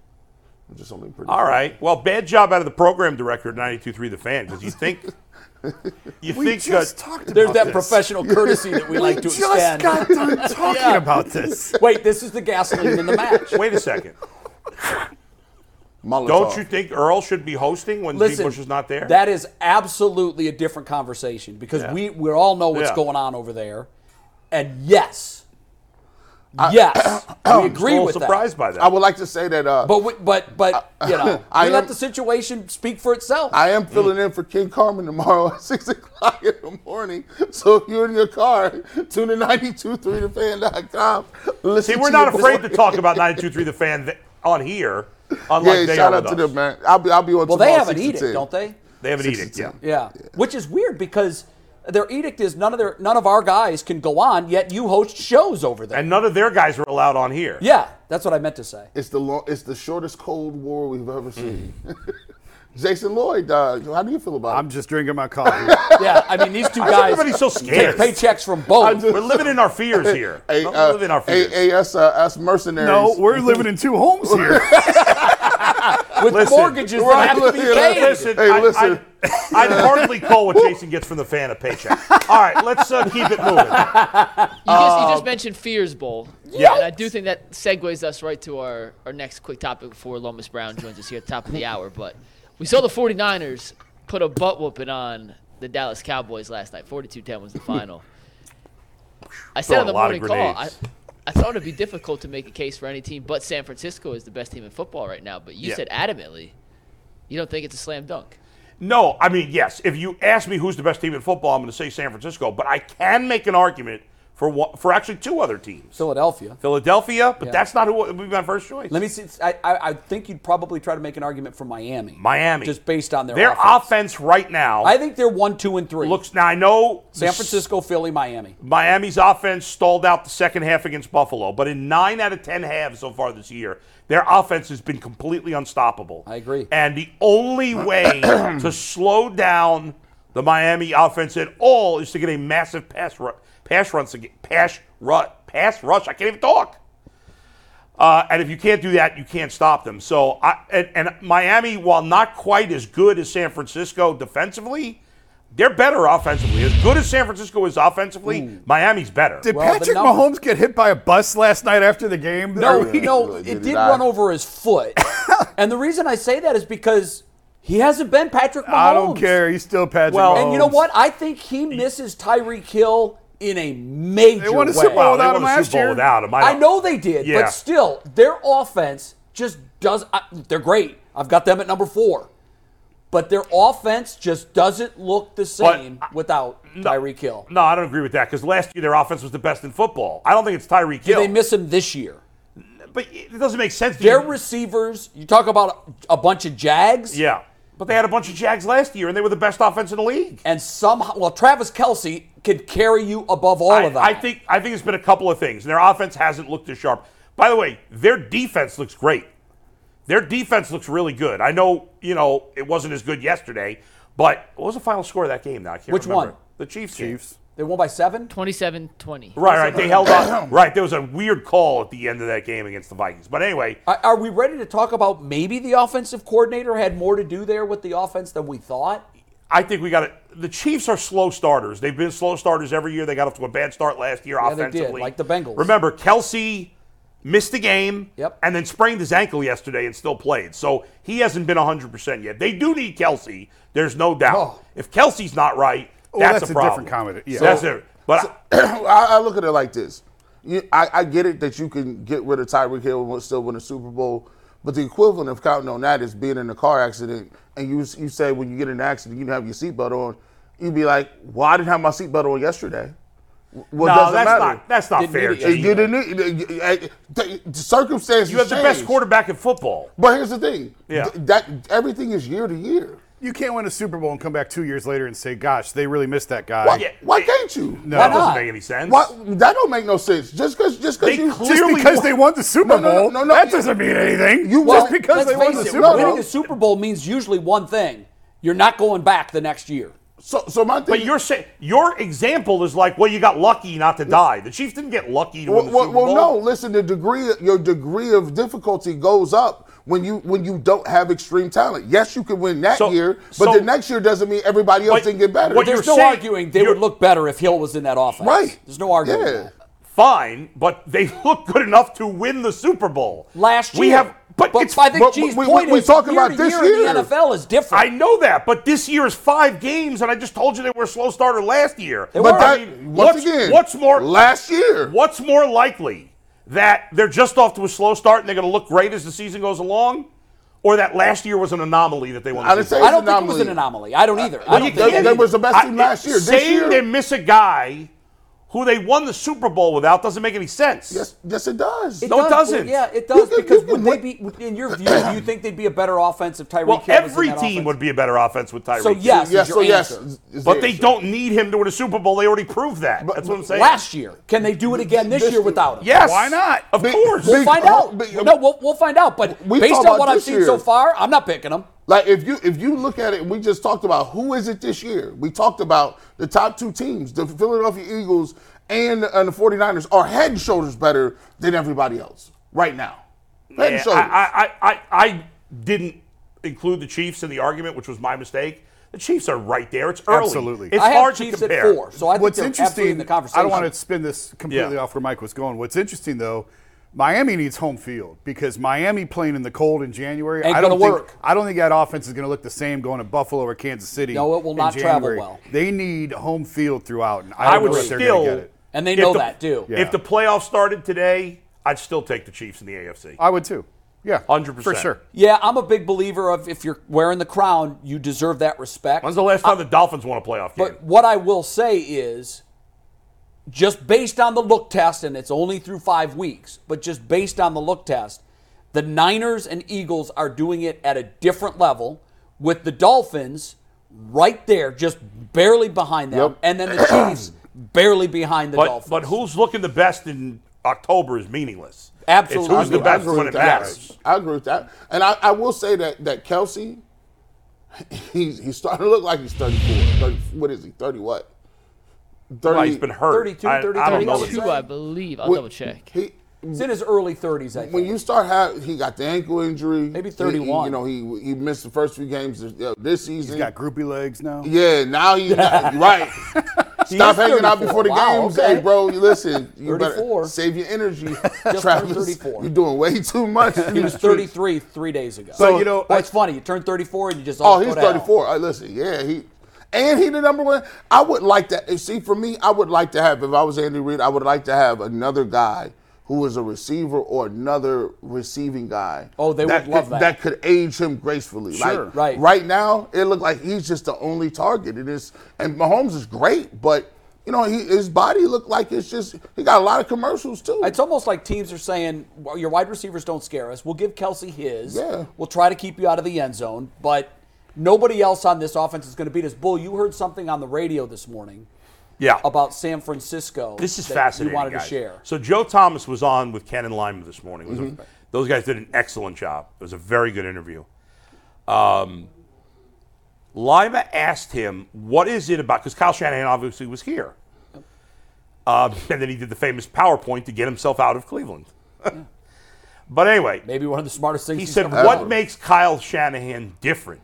I'm just only producing." All right. Well, bad job out of the program director at 92.3 The Fan because you [LAUGHS] think you We think uh, just that talked There's about that this. professional [LAUGHS] courtesy that we like to just extend. got done talking Yeah. about this. Wait, this is the gasoline in the [LAUGHS] match. wait a second. Molotov. Don't you think Earl should be hosting when G. Listen, Bush is not there? That is absolutely a different conversation because we we all know what's Yeah. going on over there, and yes, [COUGHS] yes, we I'm Uh, a agree little with that. surprised by Uh, that. I would like to say that. Uh, But we, but but you know, I we am- let the situation speak for itself. I am filling in for King Carmen tomorrow at 6 [LAUGHS] o'clock in the morning. So if you're in your car, tune in 923thefan.com. Listen See, we're to not your afraid boy. to talk about 92.3 The Fan th- on here, Yeah, unlike they shout are out with to us. them, man. I'll be, I'll be on well, they tomorrow, have an 6 to edict, 10. don't they? They have an Six to edict, yeah. ten. Yeah. which is weird because their edict is none of their none of our guys can go on. Yet you host shows over there. And none of their guys were allowed on here. yeah, that's what I meant to say. It's the long, it's the shortest Cold War we've Mm. ever seen. [LAUGHS] Jason Lloyd, uh, how do you feel about I'm it? just drinking my coffee. Yeah, I mean these two guys. Everybody's so Take scared. paychecks from both. We're living in our fears here. A- Don't uh, live in our fears. A- AS, uh, us mercenaries. no, we're living in two homes here. with Listen, mortgages right, that have to be listen, Listen, paid. Hey, I, [LAUGHS] listen. I, would hardly call what Jason gets from the fan a paycheck. All right, let's uh, keep it moving. You just, you just mentioned fears bowl. Um, Yeah. And I do think that segues us right to our, our next quick topic before Lomas Brown joins us here at the [LAUGHS] top of the hour. But we saw the 49ers put a butt whooping on the Dallas Cowboys last night. [LAUGHS] 42-10 was the final. I said Throwing on the a lot morning of call, I, grenades. I thought it'd be difficult to make a case for any team, but San Francisco is the best team in football right now. But you Yeah. said adamantly, you don't think it's a slam dunk. No, I mean, yes, if you ask me who's the best team in football, I'm going to say San Francisco, but I can make an argument for one, for actually two other teams. Philadelphia. Philadelphia, but Yeah. that's not who would be my first choice. Let me see. I, I, I think you'd probably try to make an argument for Miami. Miami. Just based on their Their offense. offense right now I think they're one, two, and three. looks now I know San Francisco, Philly, Miami. Miami's offense stalled out the second half against Buffalo, but in nine out of ten halves so far this year, their offense has been completely unstoppable. I agree. And the only [CLEARS THROAT] way to slow down the Miami offense at all is to get a massive pass run, pass runs, pass run, pass rush. I can't even talk. Uh, and if you can't do that, you can't stop them. So, I, and, and Miami, while not quite as good as San Francisco defensively, they're better offensively. As good as San Francisco is offensively, Miami's better. Did Well, the Patrick numbers- Mahomes get hit by a bus last night after the game? No, Are we- no, it Did he did die? run over his foot. and the reason I say that is because he hasn't been Patrick Mahomes. I don't care. He's still Patrick Well- Mahomes. And you know what? I think he misses Tyreek Hill in a major They won a way. Super Bowl Wow, they without won him the last Super Bowl year. without him. I don't- know they did, Yeah. but still, their offense just does. I, they're great. I've got them at number four, but their offense just doesn't look the same I- without Tyreek Hill. No, I don't agree with that because last year their offense was the best in football. I don't think it's Tyreek Did Hill. they miss him this year? but it doesn't make sense. to Their you- receivers. You talk about a, a bunch of Jags, yeah, but they had a bunch of Jags last year, and they were the best offense in the league. and somehow, well, Travis Kelsey could carry you above all I, of that. I think I think it's been a couple of things. Their offense hasn't looked as sharp. By the way, their defense looks great. Their defense looks really good. I know you know it wasn't as good yesterday, but what was the final score of that game? Now I can't Which remember. one? The Chiefs. Chiefs. they won by seven. 27-20. Right, right. They held on. Right, there was a weird call at the end of that game against the Vikings. But anyway, Are, are we ready to talk about maybe the offensive coordinator had more to do there with the offense than we thought? I think we got to The Chiefs are slow starters. They've been slow starters every year. They got off to a bad start last year they did, offensively. like the Bengals. Remember, Kelsey missed the game Yep. and then sprained his ankle yesterday and still played. So he hasn't been 100% yet. They do need Kelsey. There's no doubt. Oh. If Kelsey's not right, Well, that's, that's a a problem. different comment. Yeah. That's So- it. But [CLEARS THROAT] I, I look at it like this. You, I, I get it that you can get rid of Tyreek Hill and still win a Super Bowl, but the equivalent of counting on that is being in a car accident. And you you say when you get in an accident, you don't have your seatbelt on. You'd be like, well, I didn't have my seatbelt on yesterday. no, Well, doesn't that's matter. not that's not Didn't fair. need it. Gene. You didn't. need- I- the- the Circumstances. You have the best change. quarterback in football. But here's the thing. Yeah. Uh, Th- that everything is year to year. You can't win a Super Bowl and come back two years later and say, "Gosh, they really missed that guy." Why, Yeah. why can't you? No. that Why doesn't not? make any sense. Why, that don't make no sense. Just because, just because They you clearly Just because won. they won the Super No, no, no, Bowl, no, no. that doesn't mean anything. You just won- because let's they won face the it, Super no, Bowl. winning no. the Super Bowl means usually one thing: you're not going back the next year. So, so my thing. But you're saying your example is like, well, you got lucky not to die. The Chiefs didn't get lucky to win well, the well, Super well, Bowl. no. Listen, the degree, your degree of difficulty goes up when you when you don't have extreme talent. Yes, you can win that So- year, but so- the next year doesn't mean everybody else But didn't get better. what There's You're no saying- arguing they you're- would look better if Hill was in that offense. right? There's no arguing. Yeah. that. Fine, but they [LAUGHS] look good enough to win the Super Bowl Last year, We have, but, it's. I think but G's we- we- point we is talking year about to this year in year. the NFL is different. I know that, but this year is five games, and I just told you they were a slow starter last year. They But were. I that, mean, once what's, again, what's more, Last year, what's more likely that they're just off to a slow start and they're going to look great as the season goes along, or that last year was an anomaly that they won? the I didn't Super say Bowl? I don't think it was anomaly. an anomaly. I don't either. I Well, don't you think can't- it They is. was the best I- team last year. This Saying year- they miss a guy who they won the Super Bowl without doesn't make any sense. yes, yes, it does. It No, it does, doesn't. Yeah, it does You can- because you would can they win- be? would- In your view, do you think they'd be a better offense if Tyreek? Well, Hill was in every that team offense? would be a better offense with Tyreek. So Hill. yes, yes, is so your yes. answer. is- is But the they answer. don't need him to win a Super Bowl. They already proved that. That's what I'm saying. Last year, can they do it again this, This year without him? yes. Why not? Of Big- course. We'll big- find out. But- no, we'll, we'll find out. But We based talk on about what I've this seen year. so far, I'm not picking them. Like if you if you look at it, we just talked about who is it this year. We talked about the top two teams, the Philadelphia Eagles and, and the 49ers are head and shoulders better than everybody else right now. Head and Yeah, shoulders. I, I, I, I didn't include the Chiefs in the argument, which was my mistake. The Chiefs are right there. It's early. Absolutely. It's I have hard Chiefs to at compare. four, so I think What's they're absolutely interesting, in the I conversation. don't want to spin this completely Yeah. off where Mike was going. What's interesting though, Miami needs home field because Miami playing in the cold in January. Ain't I don't gonna think work. I don't think that offense is going to look the same going to Buffalo or Kansas City. No, it will in not travel January. well. They need home field throughout, and I, I don't would know if they're gonna still, get it. And they if know the- that, too. Yeah. If the playoffs started today, I'd still take the Chiefs in the AFC. I would too. Yeah, 100%. for sure. Yeah, I'm a big believer of if you're wearing the crown, you deserve that respect. When's the last time the Dolphins won a playoff game? But what I will say is, just based on the look test, and it's only through five weeks, but just based on the look test, the Niners and Eagles are doing it at a different level with the Dolphins right there, just barely behind them, Yep. and then the [COUGHS] Chiefs barely behind the But, Dolphins. but who's looking the best in October is meaningless. Absolutely. It's who's the I best agree when with it that. matters. I agree with that. And I, I will say that that Kelsey, [LAUGHS] he's he's starting to look like he's 34. 30, what is he? 30 what? 30, Well, he's been hurt. 32, I, I don't know. 32. this. Two, I believe. I'll When- double check. He, He's in his early 30s, I think. when you start having, he got the ankle injury. Maybe He- he- 31. you know, he he missed the first few games of, uh, this season. He's got groupie legs now. Yeah, [LAUGHS] now he's not, right. Stop He is hanging 34. out before the Wow, games. okay. Hey, bro, you listen, you better 34. save your [LAUGHS] energy, turned Travis. 34. You're doing way too much. he was 33 three days ago. So, you know, Boy, I- it's funny. You turn 34 and you just Oh, all he's go to hell. 34. Uh, listen, yeah, he and he the number one. I would like to eh, see for me. I would like to have if I was Andy Reid, I would like to have another guy who is a receiver or another receiving guy. Oh, they would that love could, that. That could age him gracefully. Sure. Like, Right. Right now, it looked like he's just the only target. It is, and Mahomes is great, but. You know, he, his body looked like it's just, he got a lot of commercials too. It's almost like teams are saying, well, your wide receivers don't scare us. We'll give Kelsey his. Yeah. We'll try to keep you out of the end zone, but nobody else on this offense is going to beat us. Bull, you heard something on the radio this morning Yeah. about San Francisco. This is that fascinating. You wanted guys. Mm-hmm. to share. So Joe Thomas was on with Ken and Lyman this morning. It was a- those guys did an excellent job. It was a very good interview. Um, Lima asked him, "What is it about?" Because Kyle Shanahan obviously was here, um, and then he did the famous PowerPoint to get himself out of Cleveland. [LAUGHS] but anyway, Maybe one of the smartest things he he's said, ever "What done." makes Kyle Shanahan different?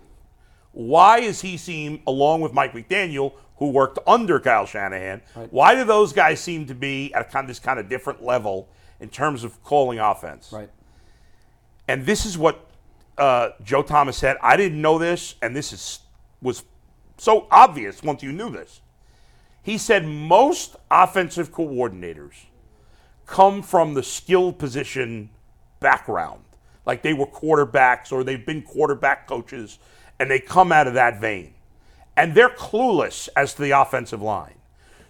Why is he seem, along with Mike McDaniel, who worked under Kyle Shanahan, why do those guys seem to be at kind of this kind of different level in terms of calling offense?" Right. And this is what uh, Joe Thomas said. I didn't know this, and this is was so obvious once you knew this. He said most offensive coordinators come from the skill position background, like they were quarterbacks or they've been quarterback coaches, and they come out of that vein, and they're clueless as to the offensive line.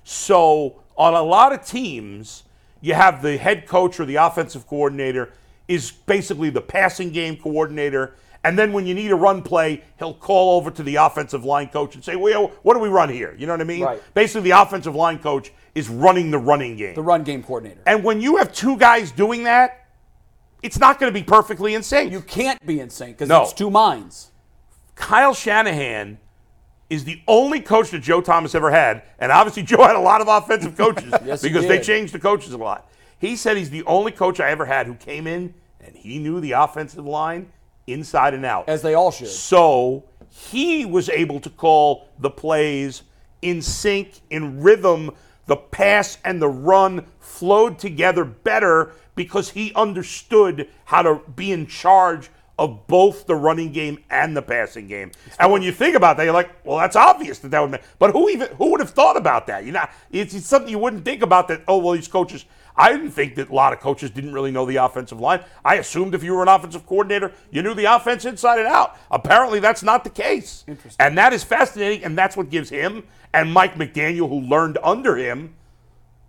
So on a lot of teams, you have the head coach or the offensive coordinator is basically the passing game coordinator, And then when you need a run play, he'll call over to the offensive line coach and say, well, what do we run here? You know what I mean? Right. Basically, the offensive line coach is running the running game. The run game coordinator. and when you have two guys doing that, it's not going to be perfectly in sync. you can't be in sync because No. it's two minds. Kyle Shanahan is the only coach that Joe Thomas ever had, and obviously [LAUGHS] Joe had a lot of offensive [LAUGHS] coaches Yes, he because they did. changed the coaches a lot. He said he's the only coach I ever had who came in and he knew the offensive line inside and out. As they all should. So he was able to call the plays in sync, in rhythm. The pass and the run flowed together better because he understood how to be in charge of both the running game and the passing game. And when you think about that, you're like, well, that's obvious that that would make. But who even who would have thought about that? You know, it's, it's something you wouldn't think about. That oh well, these coaches. I didn't think that a lot of coaches didn't really know the offensive line. I assumed if you were an offensive coordinator, you knew the offense inside and out. Apparently, that's not the case. Interesting. And that is fascinating, and that's what gives him and Mike McDaniel, who learned under him,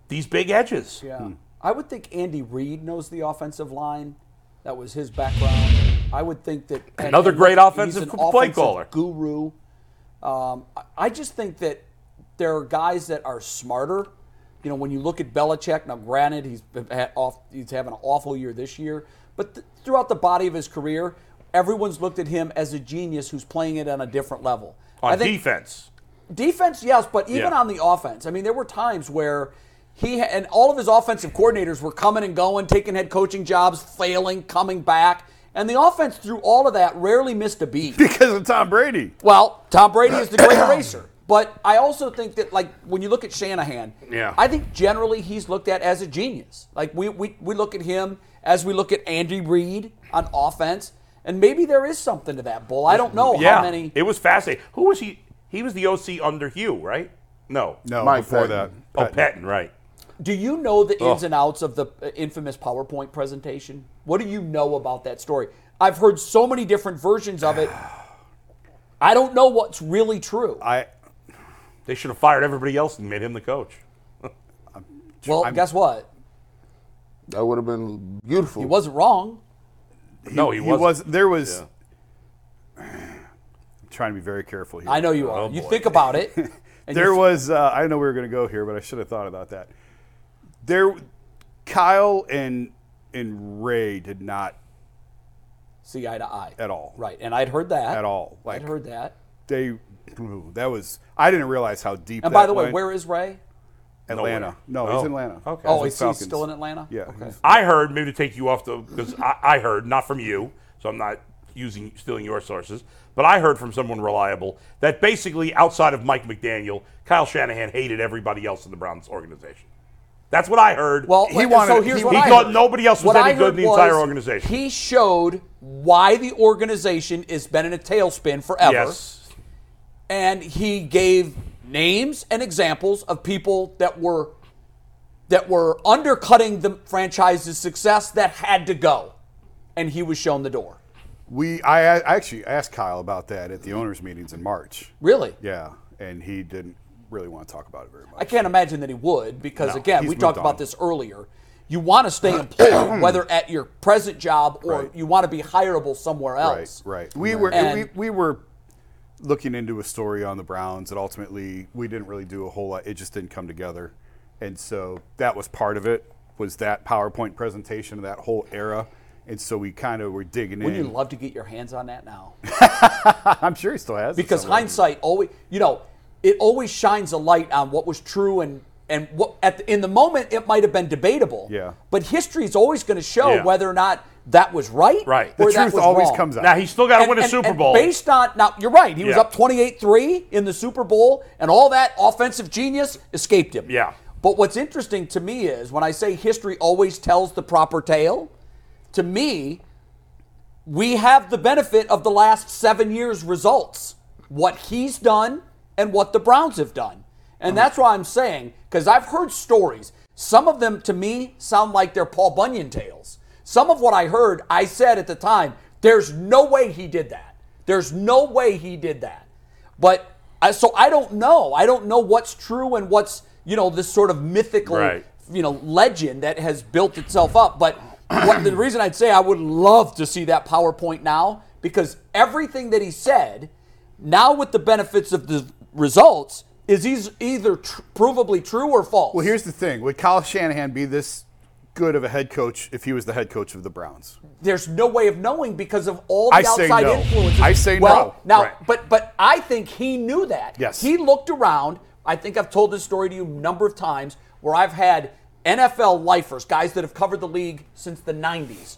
these big edges. Yeah. I would think Andy Reid knows the offensive line. That was his background. I would [CLEARS THROAT] think that and- Another and great he's offensive an play caller. guru. Um, I- I just think that there are guys that are smarter. You know, when you look at Belichick, now granted he's been ha- off, he's having an awful year this year, but th- throughout the body of his career, everyone's looked at him as a genius who's playing it on a different level. I On think defense. Defense, yes, but even Yeah. on the offense. I mean, there were times where he ha- and all of his offensive coordinators were coming and going, taking head coaching jobs, failing, coming back, and the offense through all of that rarely missed a beat. because of Tom Brady. Well, Tom Brady is [CLEARS THROAT] the great eraser. But I also think that, like, when you look at Shanahan, Yeah. I think generally he's looked at as a genius. Like, we, we, we look at him as we look at Andy Reid on offense, and maybe there is something to that, Bull. I don't know yeah. how many. It was fascinating. Who was he? He was the OC under Hugh, right? No. No, Mike before Patton. that. Oh, Patton, right. Do you know the ins and outs of the uh, infamous PowerPoint presentation? What do you know about that story? I've heard so many different versions of [SIGHS] it. I don't know what's really true. I They should have fired everybody else and made him the coach. well, guess what? That would have been beautiful. He wasn't wrong. no, he, he wasn't. was there was. [SIGHS] I'm trying to be very careful here. I know you are. you think about [LAUGHS] it. and you there f- was uh, I know we were going to go here, but I should have thought about that. There, Kyle and and Ray did not see eye to eye. at all. Right. And I'd heard that. At all. I'd Like- heard that. They ooh, that was I didn't realize how deep. And that by the way, went. where is Ray? Atlanta? No, he's in Atlanta. Okay. Oh, with is he Falcons. still in Atlanta? Yeah. Okay. he's- I heard, maybe to take you off the, because I, I heard, not from you, so I'm not using stealing your sources, but I heard from someone reliable that basically outside of Mike McDaniel, Kyle Shanahan hated everybody else in the Browns organization. That's what I heard. Well, He and so wanted- here's he- what he I thought heard. nobody else was What any I good in heard the entire was organization. He showed why the organization has been in a tailspin forever, yes. and he gave names and examples of people that were that were undercutting the franchise's success that had to go, and he was shown the door. we I, I actually asked Kyle about that at the owners' meetings in March. Really, Yeah, and he didn't really want to talk about it very much. I can't imagine that he would because No, again, he's we moved talked about on. this earlier. You want to stay [CLEARS THROAT] employed, whether at your present job or Right. you want to be hireable somewhere else. Right, right. We were And- we, we were looking into a story on the Browns that ultimately we didn't really do a whole lot. It just didn't come together, and so that was part of it. Was that PowerPoint presentation of that whole era? And so we kind of were digging in. Wouldn't you love to get your hands on that now? I'm sure he still has it Because somewhere. hindsight always, you know, it always shines a light on what was true and and what at the, in the moment it might have been debatable. Yeah. But history is always going to show Yeah. whether or not that was right. Right. the or that truth was always wrong. comes out. Now, he's still got to And- win a and- Super and Bowl. based on now, you're right. He was Yeah. up 28-3 in the Super Bowl, and all that offensive genius escaped him. Yeah. But what's interesting to me is when I say history always tells the proper tale. To me, we have the benefit of the last seven years' results, what he's done and what the Browns have done. And that's why I'm saying, because I've heard stories. Some of them to me sound like they're Paul Bunyan tales. Some of what I heard, I said at the time, there's no way he did that. There's no way he did that. But I, so I don't know. I don't know what's true and what's, you know, this sort of mythical Right. you know legend that has built itself up. But what, the reason I'd say I would love to see that PowerPoint now because everything that he said, now with the benefits of the results, is he's either tr- provably true or false. Well, here's the thing: Would Kyle Shanahan be this good of a head coach if he was the head coach of the Browns? there's no way of knowing because of all the I say outside no. influences. I say well, no. Now, Right. but but I think he knew that. Yes. He looked around. I think I've told this story to you a number of times where I've had NFL lifers, guys that have covered the league since the 90s,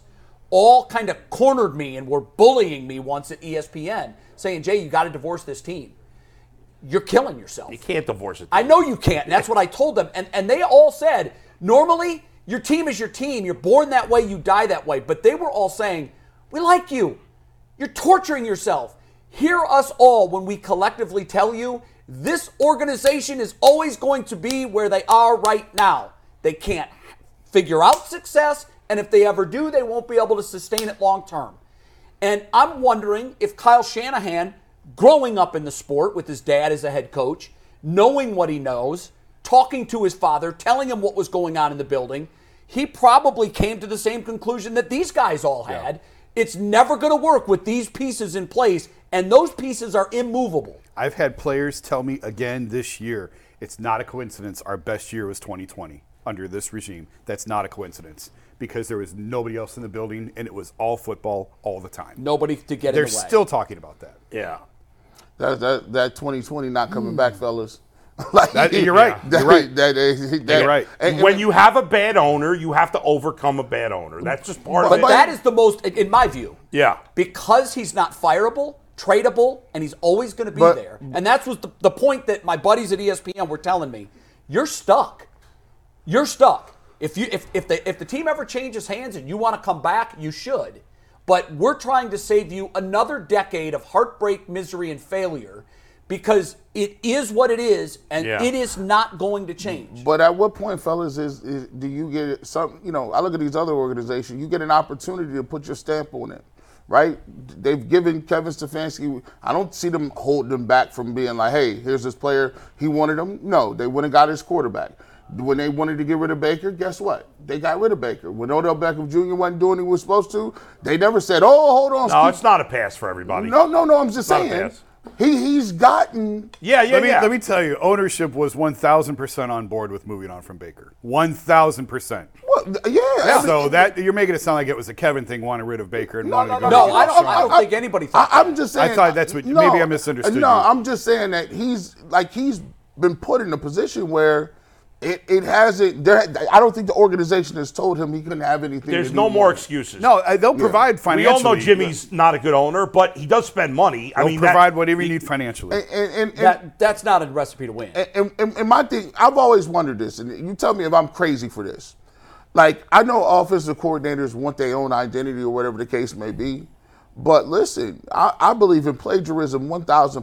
all kind of cornered me and were bullying me once at E ESPN, saying, "Jay, you got to divorce this team. You're killing yourself." You can't divorce it. I know you can't. and That's what I told them. And and they all said, normally your team is your team. You're born that way, you die that way. But they were all saying, We like you. You're torturing yourself. Hear us all when we collectively tell you this organization is always going to be where they are right now. They can't figure out success, and if they ever do, they won't be able to sustain it long term. And I'm wondering if Kyle Shanahan, growing up in the sport with his dad as a head coach, knowing what he knows, talking to his father, telling him what was going on in the building, he probably came to the same conclusion that these guys all had. It's never going to work with these pieces in place, and those pieces are immovable. I've had players tell me again this year, it's not a coincidence. Our best year was 2020 under this regime. That's not a coincidence because there was nobody else in the building and it was all football all the time. Nobody to get They're in the way. still talking about that. Yeah. That that that 2020 not coming back, fellas. [LAUGHS] like That- [LAUGHS] you're right. That, You're right. That, that, that- You're right. and- and- when you have a bad owner, you have to overcome a bad owner. That's just part but of it. that is the most, in my view, yeah. because he's not fireable, tradable, and he's always going to be But- there. And that's was the, the point that my buddies at E ESPN were telling me. You're stuck. You're stuck. If you if if the if the team ever changes hands and you want to come back, you should. But we're trying to save you another decade of heartbreak, misery, and failure because it is what it is, and Yeah. it is not going to change. But at what point, fellas, is, is do you get some? You know, I look at these other organizations. You get an opportunity to put your stamp on it, right? They've given Kevin Stefanski. I don't see them holding him back from being like, "Hey, here's this player. He wanted him." No, they went and got his quarterback. When they wanted to get rid of Baker, guess what? They got rid of Baker. When Odell Beckham Jr. wasn't doing what he was supposed to, they never said, "Oh, hold No, on." Steve." it's not a pass for everybody. no, no, no. I'm just Not a saying. pass. He he's gotten Yeah, yeah, let me yeah. let me tell you, ownership was 1000% on board with moving on from Baker. 1000%. what? Yeah. I mean- So that you're making it sound like it was a Kevin thing wanted rid of Baker and wanted to go. no, to I don't- Sean. I don't think anybody thought I, that. am just saying. I thought that's what- maybe I misunderstood No, you. I'm just saying that he's like he's been put in a position where it, it hasn't. There, I don't think the organization has told him he couldn't have anything. There's that he no more wanted. excuses. No, I- they'll provide we financially. all know Jimmy's not a good owner, but he does spend money. I They'll mean, that- provide whatever you need financially. And, and, and, That that's not a recipe to win. and, and, and my thing, I've always wondered this, and you tell me if I'm crazy for this. Like, I know offensive coordinators want their own identity or whatever the case may be, but listen, I, I believe in plagiarism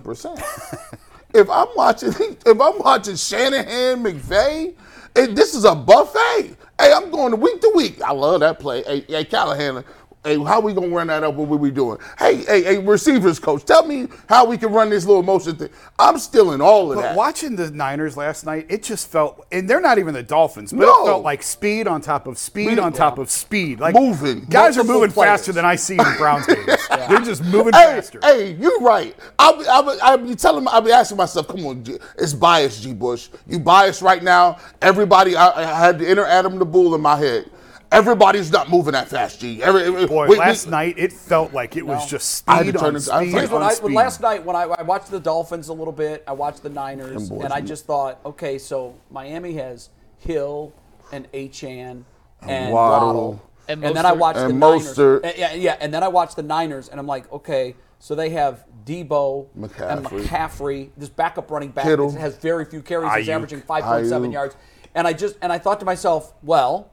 1,000%. if I'm watching, [LAUGHS] if I'm watching Shanahan, McVay, and this is a buffet. Hey, I'm going to week to week. I love that play. Hey, hey Callahan, hey, how we gonna run that up? What we we doing? Hey, hey, hey, receivers coach, tell me how we can run this little motion thing. I'm stealing all of But that. watching the Niners last night, it just felt, and they're not even the Dolphins, but No. it felt like speed on top of speed on top of speed. Like Moving. guys are Multiple moving players. faster than I see [LAUGHS] in Browns games. They're just moving Hey, faster. hey, you're right. I'll be, I'll, be, I'll be telling, I'll be asking myself, come on, G- it's biased, G. Bush. You biased right now. Everybody, I, I had the inner Adam the Bull in my head. Everybody's not moving that fast, G. Every, every- Boy, we- we- last night it felt like it was just I had speed to turn it- on I speed turned Here's what on I speed. last night when I, I watched the Dolphins a little bit, I watched the Niners, and I just thought, okay, so Miami has Hill and Achan and Waddle. Waddle, And and, then I Mostert. watched the And Niners. Mostert. Uh, yeah, yeah, and then I watched the Niners, and I'm like, okay, so they have Debo and McCaffrey. McCaffrey, this backup running back Kittle. that has very few carries, he's Ayuk. averaging 5.7 Ayuk. yards, and I just and I thought to myself, well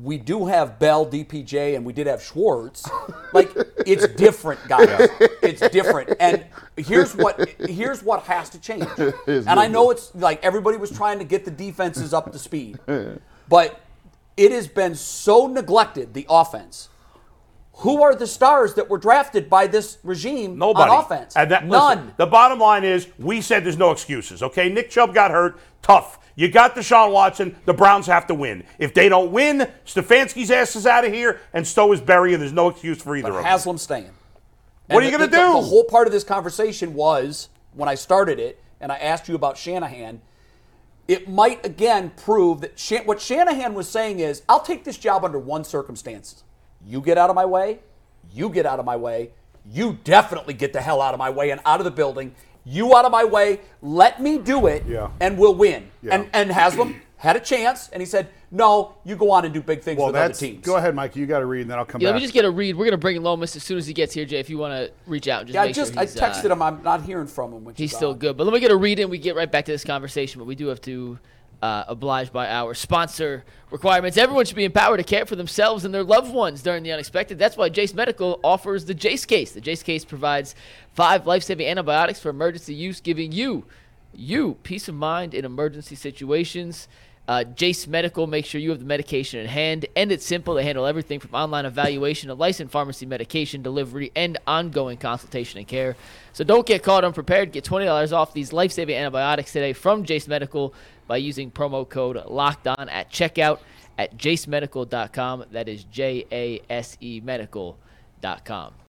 we do have Bell, DPJ, and we did have Schwartz. Like it's different, guys. It's different. And here's what here's what has to change. and I know it's like everybody was trying to get the defenses up to speed, but it has been so neglected the offense. Who are the stars that were drafted by this regime Nobody. on offense? And that, None. listen, the bottom line is we said there's no excuses, okay? Nick Chubb got hurt. Tough. You got Deshaun Watson. The Browns have to win. If they don't win, Stefanski's ass is out of here, and so is Berry, and there's no excuse for either of them. Haslam staying. What are And you the- gonna the- do? The whole part of this conversation was when I started it, and I asked you about Shanahan. It might again prove that Shan- what Shanahan was saying is, "I'll take this job under one circumstance: you get out of my way, you get out of my way, you definitely get the hell out of my way and out of the building. You out of my way, let me do it, Yeah. and we'll win." Yeah. And and Haslam had a chance, and he said, "No, you go on and do big things Well, with other that's teams." go ahead, Mike. You got to read, and then I'll come Yeah, back. let me just get a read. We're gonna bring Lomas as soon as he gets here, Jay. If you want to reach out, just Yeah, I make sure just I he's, uh, texted him. I'm not hearing from him. Which He's is still odd. good. But let me get a read in. We get right back to this conversation, but we do have to uh, oblige by our sponsor requirements. Everyone should be empowered to care for themselves and their loved ones during the unexpected. That's why Jace Medical offers the Jace case. The Jace case provides five life saving antibiotics for emergency use, giving you, you, peace of mind in emergency situations. Uh, Jace Medical makes sure you have the medication in hand, and it's simple. They handle everything from online evaluation to licensed pharmacy medication delivery and ongoing consultation and care. So don't get caught unprepared. Get $20 off these life saving antibiotics today from Jace Medical by using promo code locked on at checkout at jacemedical.com. That is J A S E medical.com.